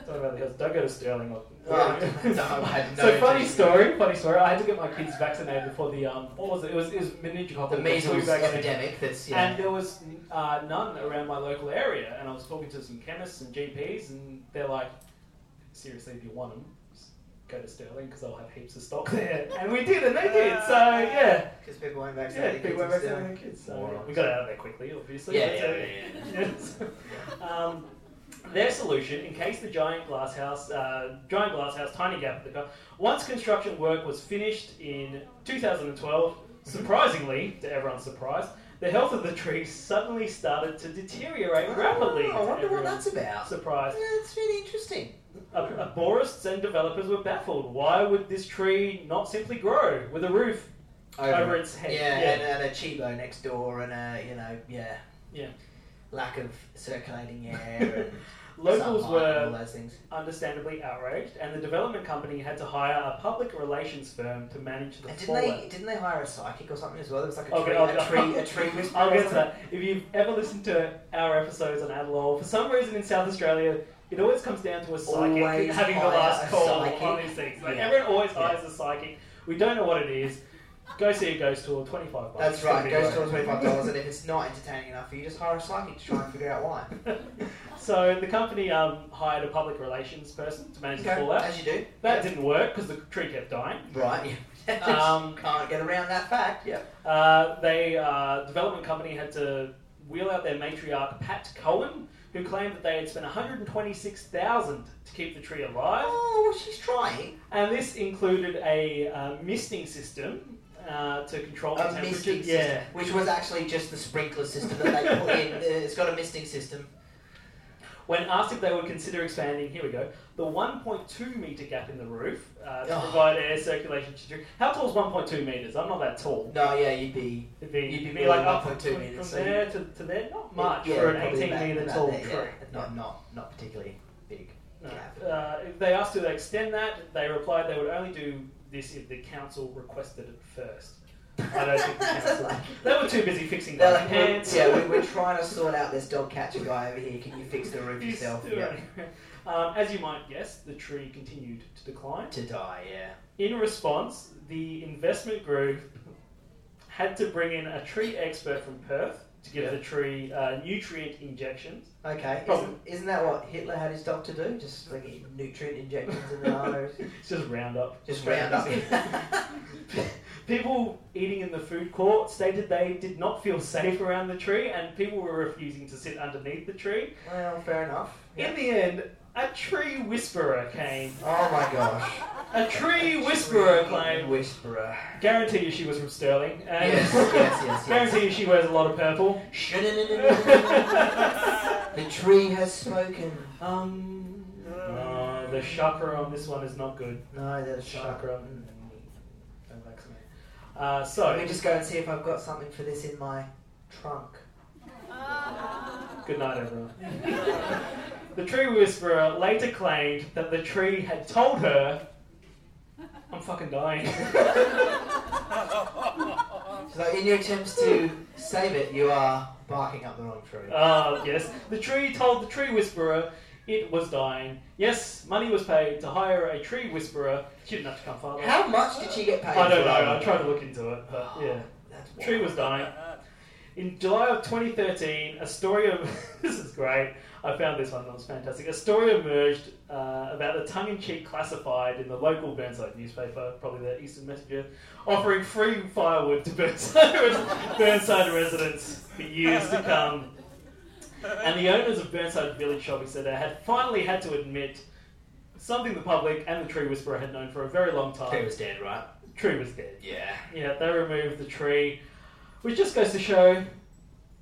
Speaker 1: Talking about the hills. Don't go to Sterling. Or...
Speaker 2: Well, Ah, no, I had no
Speaker 1: so funny
Speaker 2: intention.
Speaker 1: story. Funny story. I had to get my kids vaccinated before the um. What was it? It was it was meningococcal
Speaker 2: The
Speaker 1: flu
Speaker 2: measles
Speaker 1: vaccine.
Speaker 2: epidemic. That's yeah.
Speaker 1: And there was uh, none around my local area, and I was talking to some chemists and GPs, and they're like, "Seriously, if you want them, just go to Sterling because they'll have heaps of stock there." And we did, and they did. So yeah,
Speaker 2: Because people weren't
Speaker 1: yeah,
Speaker 2: vaccinated.
Speaker 1: people were
Speaker 2: kids
Speaker 1: vaccinating kids. So
Speaker 2: Morons.
Speaker 1: we got out of there quickly, obviously.
Speaker 2: Yeah,
Speaker 1: but,
Speaker 2: yeah,
Speaker 1: uh,
Speaker 2: yeah,
Speaker 1: Yes. um, their solution, in case the giant glass house, uh, giant glass house, tiny gap at the car, once construction work was finished in 2012, surprisingly, to everyone's surprise, the health of the tree suddenly started to deteriorate
Speaker 2: Oh,
Speaker 1: rapidly.
Speaker 2: I wonder
Speaker 1: to
Speaker 2: what that's about.
Speaker 1: surprise.
Speaker 2: Yeah, it's really interesting.
Speaker 1: Ab- Arborists and developers were baffled. Why would this tree not simply grow with a roof over, its
Speaker 2: Yeah,
Speaker 1: head?
Speaker 2: And, and a chibo next door, and a you know, yeah,
Speaker 1: Yeah.
Speaker 2: lack of circulating air. And
Speaker 1: Locals
Speaker 2: sunlight
Speaker 1: were
Speaker 2: and all those things.
Speaker 1: understandably outraged, and the development company had to hire a public relations firm to manage the
Speaker 2: And didn't
Speaker 1: fallout.
Speaker 2: they didn't they hire a psychic or something as well? There was like a
Speaker 1: Okay,
Speaker 2: tree,
Speaker 1: I'll-
Speaker 2: a tree, a tree whisperer.
Speaker 1: I'll
Speaker 2: or
Speaker 1: get to
Speaker 2: something.
Speaker 1: that. If you've ever listened to our episodes on Adelaide, for some reason in South Australia, it always comes down to a psychic
Speaker 2: Always
Speaker 1: having the
Speaker 2: hire
Speaker 1: last
Speaker 2: a
Speaker 1: call
Speaker 2: psychic.
Speaker 1: on these things. Like
Speaker 2: Yeah.
Speaker 1: everyone always
Speaker 2: Yeah.
Speaker 1: hires a psychic. We don't know what it is. Go see a ghost tour, twenty five bucks.
Speaker 2: That's
Speaker 1: It's gonna
Speaker 2: right.
Speaker 1: be
Speaker 2: Goes
Speaker 1: great.
Speaker 2: to twenty five dollars, and if it's not entertaining enough for you, just hire a psychic to try and figure out why.
Speaker 1: so the company um, hired a public relations person to manage the fallout.
Speaker 2: As you do.
Speaker 1: That didn't work because the tree kept dying.
Speaker 2: Right. Yeah. Just
Speaker 1: Um,
Speaker 2: can't get around that fact. Yeah.
Speaker 1: Uh, they uh, development company had to wheel out their matriarch Pat Cohen, who claimed that they had spent 126,000 to keep the tree alive,
Speaker 2: Oh, well, she's trying.
Speaker 1: and this included a uh, misting system uh, to control the
Speaker 2: A
Speaker 1: temperature.
Speaker 2: misting
Speaker 1: yeah.
Speaker 2: system, which was actually just the sprinkler system that they put in. Uh, It's got a misting system.
Speaker 1: When asked if they would consider expanding, here we go, the 1.2 meter gap in the roof uh, to
Speaker 2: Oh.
Speaker 1: provide air circulation to the tree. How tall is 1.2 meters? I'm not that tall.
Speaker 2: No, yeah, you'd be
Speaker 1: It'd be,
Speaker 2: You'd be
Speaker 1: be like
Speaker 2: more than
Speaker 1: up
Speaker 2: 1.2
Speaker 1: from,
Speaker 2: meters,
Speaker 1: from
Speaker 2: so you-
Speaker 1: there to, to there. Not much
Speaker 2: yeah,
Speaker 1: for an
Speaker 2: probably
Speaker 1: 18
Speaker 2: about-
Speaker 1: meter
Speaker 2: about
Speaker 1: tall
Speaker 2: there,
Speaker 1: tree.
Speaker 2: yeah. Not, not, not particularly big.
Speaker 1: No.
Speaker 2: Yeah.
Speaker 1: Uh, if they asked to extend that, they replied they would only do this if the council requested it first. I don't think the council. They were too busy fixing
Speaker 2: They're
Speaker 1: their
Speaker 2: like, we're,
Speaker 1: pants.
Speaker 2: yeah, we're, we're trying to sort out this dog catcher guy over here. Can you fix the roof yourself? Yeah.
Speaker 1: Um, as you might guess, the tree continued to decline.
Speaker 2: To die, yeah.
Speaker 1: In response, the investment group had to bring in a tree expert from Perth to give
Speaker 2: Yeah.
Speaker 1: the tree uh, nutrient injections.
Speaker 2: Okay, isn't,
Speaker 1: Problem.
Speaker 2: isn't that what Hitler had his doctor do? Just like nutrient injections in the nose?
Speaker 1: It's just Roundup.
Speaker 2: Just round up.
Speaker 1: People eating in the food court stated they did not feel safe around the tree and people were refusing to sit underneath the tree.
Speaker 2: well, fair enough.
Speaker 1: In the end, a tree whisperer came.
Speaker 2: Oh my gosh.
Speaker 1: A tree whisperer claimed.
Speaker 2: Whisperer.
Speaker 1: Guarantee you she was from Sterling. And
Speaker 2: Yes, yes, yes, yes.
Speaker 1: Guarantee you she wears a lot of purple.
Speaker 2: the tree has spoken.
Speaker 1: um, uh, the chakra on this one is not good.
Speaker 2: No,
Speaker 1: The
Speaker 2: that's shark.
Speaker 1: chakra. mm, Don't vaccinate. Uh, so,
Speaker 2: Let me just go and see if I've got something for this in my trunk.
Speaker 4: Ah.
Speaker 1: Good night, everyone. the tree whisperer later claimed that the tree had told her, I'm fucking dying.
Speaker 2: She's like, in your attempts to save it, you are barking up the wrong tree.
Speaker 1: Ah, yes. The tree told the tree whisperer it was dying. Yes, money was paid to hire a tree whisperer. She didn't have to come far.
Speaker 2: How much did she get paid?
Speaker 1: I don't
Speaker 2: for
Speaker 1: know. I
Speaker 2: that?
Speaker 1: tried to look into it, but yeah.
Speaker 2: That's
Speaker 1: The tree was dying. In July of 2013, a story of this is great. I found this one that was fantastic. A story emerged uh, about a tongue-in-cheek classified in the local Burnside newspaper, probably the Eastern Messenger, offering free firewood to Burnside, Burnside residents for years to come. And the owners of Burnside Village Shopping Centre had finally had to admit something the public and the Tree Whisperer had known for a very long
Speaker 2: The tree
Speaker 1: time.
Speaker 2: was dead, right?
Speaker 1: Tree was dead.
Speaker 2: Yeah.
Speaker 1: Yeah, they removed the tree, which just goes to show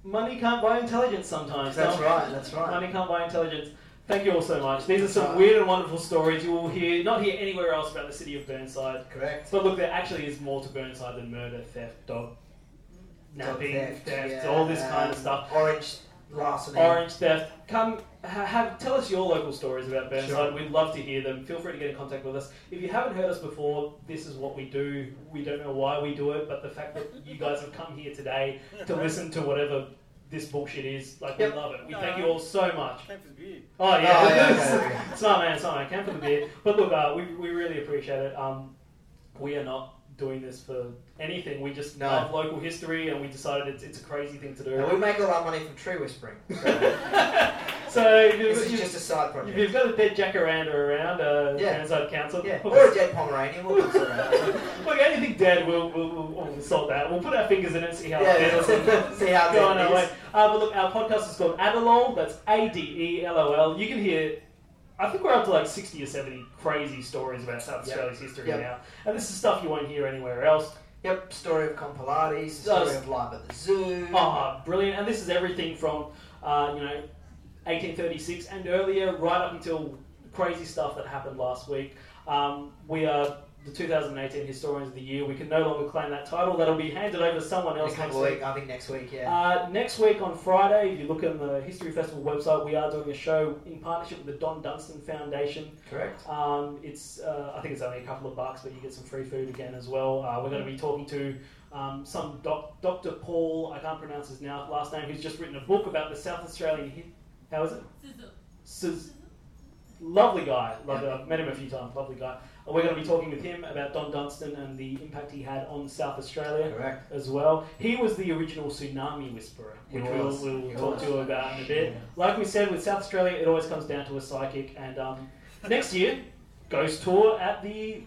Speaker 1: money can't buy intelligence sometimes.
Speaker 2: That's
Speaker 1: no?
Speaker 2: right, that's right.
Speaker 1: Money can't buy intelligence. Thank you all so much. These are
Speaker 2: That's
Speaker 1: some
Speaker 2: right.
Speaker 1: weird and wonderful stories you will hear, not hear anywhere else about the city of Burnside.
Speaker 2: Correct.
Speaker 1: But look, there actually is more to Burnside than murder, theft, dog
Speaker 2: Dog
Speaker 1: napping,
Speaker 2: theft,
Speaker 1: theft,
Speaker 2: yeah,
Speaker 1: all this kind of
Speaker 2: um,
Speaker 1: stuff.
Speaker 2: Orange larceny.
Speaker 1: Orange theft. Come, ha- have tell us your local stories about Burnside.
Speaker 2: Sure.
Speaker 1: We'd love to hear them. Feel free to get in contact with us. If you haven't heard us before, this is what we do. We don't know why we do it, but the fact that you guys have come here today to listen to whatever this bullshit is, like
Speaker 2: Uh-huh. Yep.
Speaker 1: we love it. We thank you all so much.
Speaker 3: Thanks for being.
Speaker 1: Oh
Speaker 2: Oh,
Speaker 1: yeah,
Speaker 2: yeah, okay, okay.
Speaker 1: it's not man, it's not man. Camp for the beer. But look, uh, we we really appreciate it. Um, we are not. Doing this for anything, we just
Speaker 2: No.
Speaker 1: love local history, and we decided it's, it's a crazy thing to do.
Speaker 2: Now, we make all our money from tree whispering. So
Speaker 1: so you-
Speaker 2: this is
Speaker 1: you-
Speaker 2: just a side
Speaker 1: If
Speaker 2: project.
Speaker 1: you've got a dead jacaranda around, uh,
Speaker 2: Yeah.
Speaker 1: Burnside Council,
Speaker 2: Yeah.
Speaker 1: we'll-
Speaker 2: Or a dead Pomeranian. We'll consider that.
Speaker 1: Look, anything dead, we'll, we'll, we'll, we'll sort that. We'll put our fingers in it, see how
Speaker 2: Yeah,
Speaker 1: it feels.
Speaker 2: yeah. See how
Speaker 1: Go on
Speaker 2: dead
Speaker 1: our
Speaker 2: it
Speaker 1: way.
Speaker 2: is.
Speaker 1: Uh, but look, our podcast is called Adelol. That's A D E L O L. You can hear. I think we're up to like sixty or seventy crazy stories about South
Speaker 2: Yep.
Speaker 1: Australia's history
Speaker 2: Yep.
Speaker 1: now, and this is stuff you won't hear anywhere else.
Speaker 2: Yep. Story of Compilades. Story
Speaker 1: Does-
Speaker 2: of life at the zoo.
Speaker 1: Ah, brilliant! And this is everything from, uh, you know, 1836 and earlier, right up until crazy stuff that happened last week. Um, we are the 2018 Historians of the Year. We can no longer claim that title. That'll be handed over to someone
Speaker 2: In a
Speaker 1: else next
Speaker 2: couple
Speaker 1: week.
Speaker 2: of week. I think next week. Yeah.
Speaker 1: Uh, next week on Friday, if you look on the History Festival website, we are doing a show in partnership with the Don Dunstan Foundation.
Speaker 2: Correct.
Speaker 1: Um, it's uh, I think it's only a couple of bucks, but you get some free food again as well. Uh, we're going to be talking to um, some doc- Dr. Paul. I can't pronounce his now last name. Who's just written a book about the South Australian. hi- How is it? Sus- lovely guy. Lovely, I've met him a few times. Lovely guy. And we're going to be talking with him about Don Dunstan and the impact he had on South Australia
Speaker 2: Correct.
Speaker 1: as well. He was the original tsunami whisperer,
Speaker 2: He
Speaker 1: which we'll,
Speaker 2: was.
Speaker 1: we'll
Speaker 2: He
Speaker 1: talk
Speaker 2: was.
Speaker 1: to about in a bit. Like we said, with South Australia, it always comes down to a psychic. And um, next year, ghost tour at the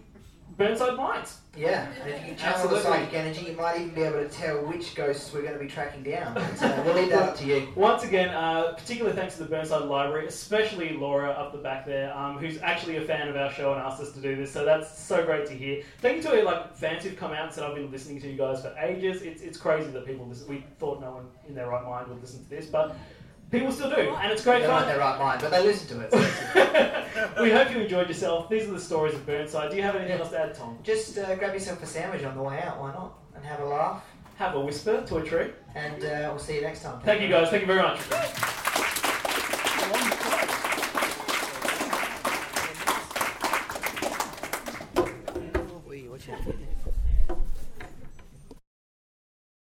Speaker 1: Burnside Mines.
Speaker 2: Yeah, and if you can channel the
Speaker 1: Absolutely.
Speaker 2: psychic energy, you might even be able to tell which ghosts we're going to be tracking down. So we'll leave that up to you.
Speaker 1: Once again, uh, particular thanks to the Burnside Library, especially Laura up the back there, um, who's actually a fan of our show and asked us to do this. So that's so great to hear. Thank you to all like fans who've come out and said I've been listening to you guys for ages. It's, it's crazy that people listen. We thought no one in their right mind would listen to this, but people still do, and it's great
Speaker 2: They're
Speaker 1: fun.
Speaker 2: not in their right mind, but they listen to it.
Speaker 1: we hope you enjoyed yourself. These are the stories of Burnside. Do you have anything else to add, Tom?
Speaker 2: Just uh, grab yourself a sandwich on the way out, why not? And have a laugh.
Speaker 1: Have a whisper to a tree.
Speaker 2: And uh, we'll see you next time.
Speaker 1: Thank you guys. Thank you very much.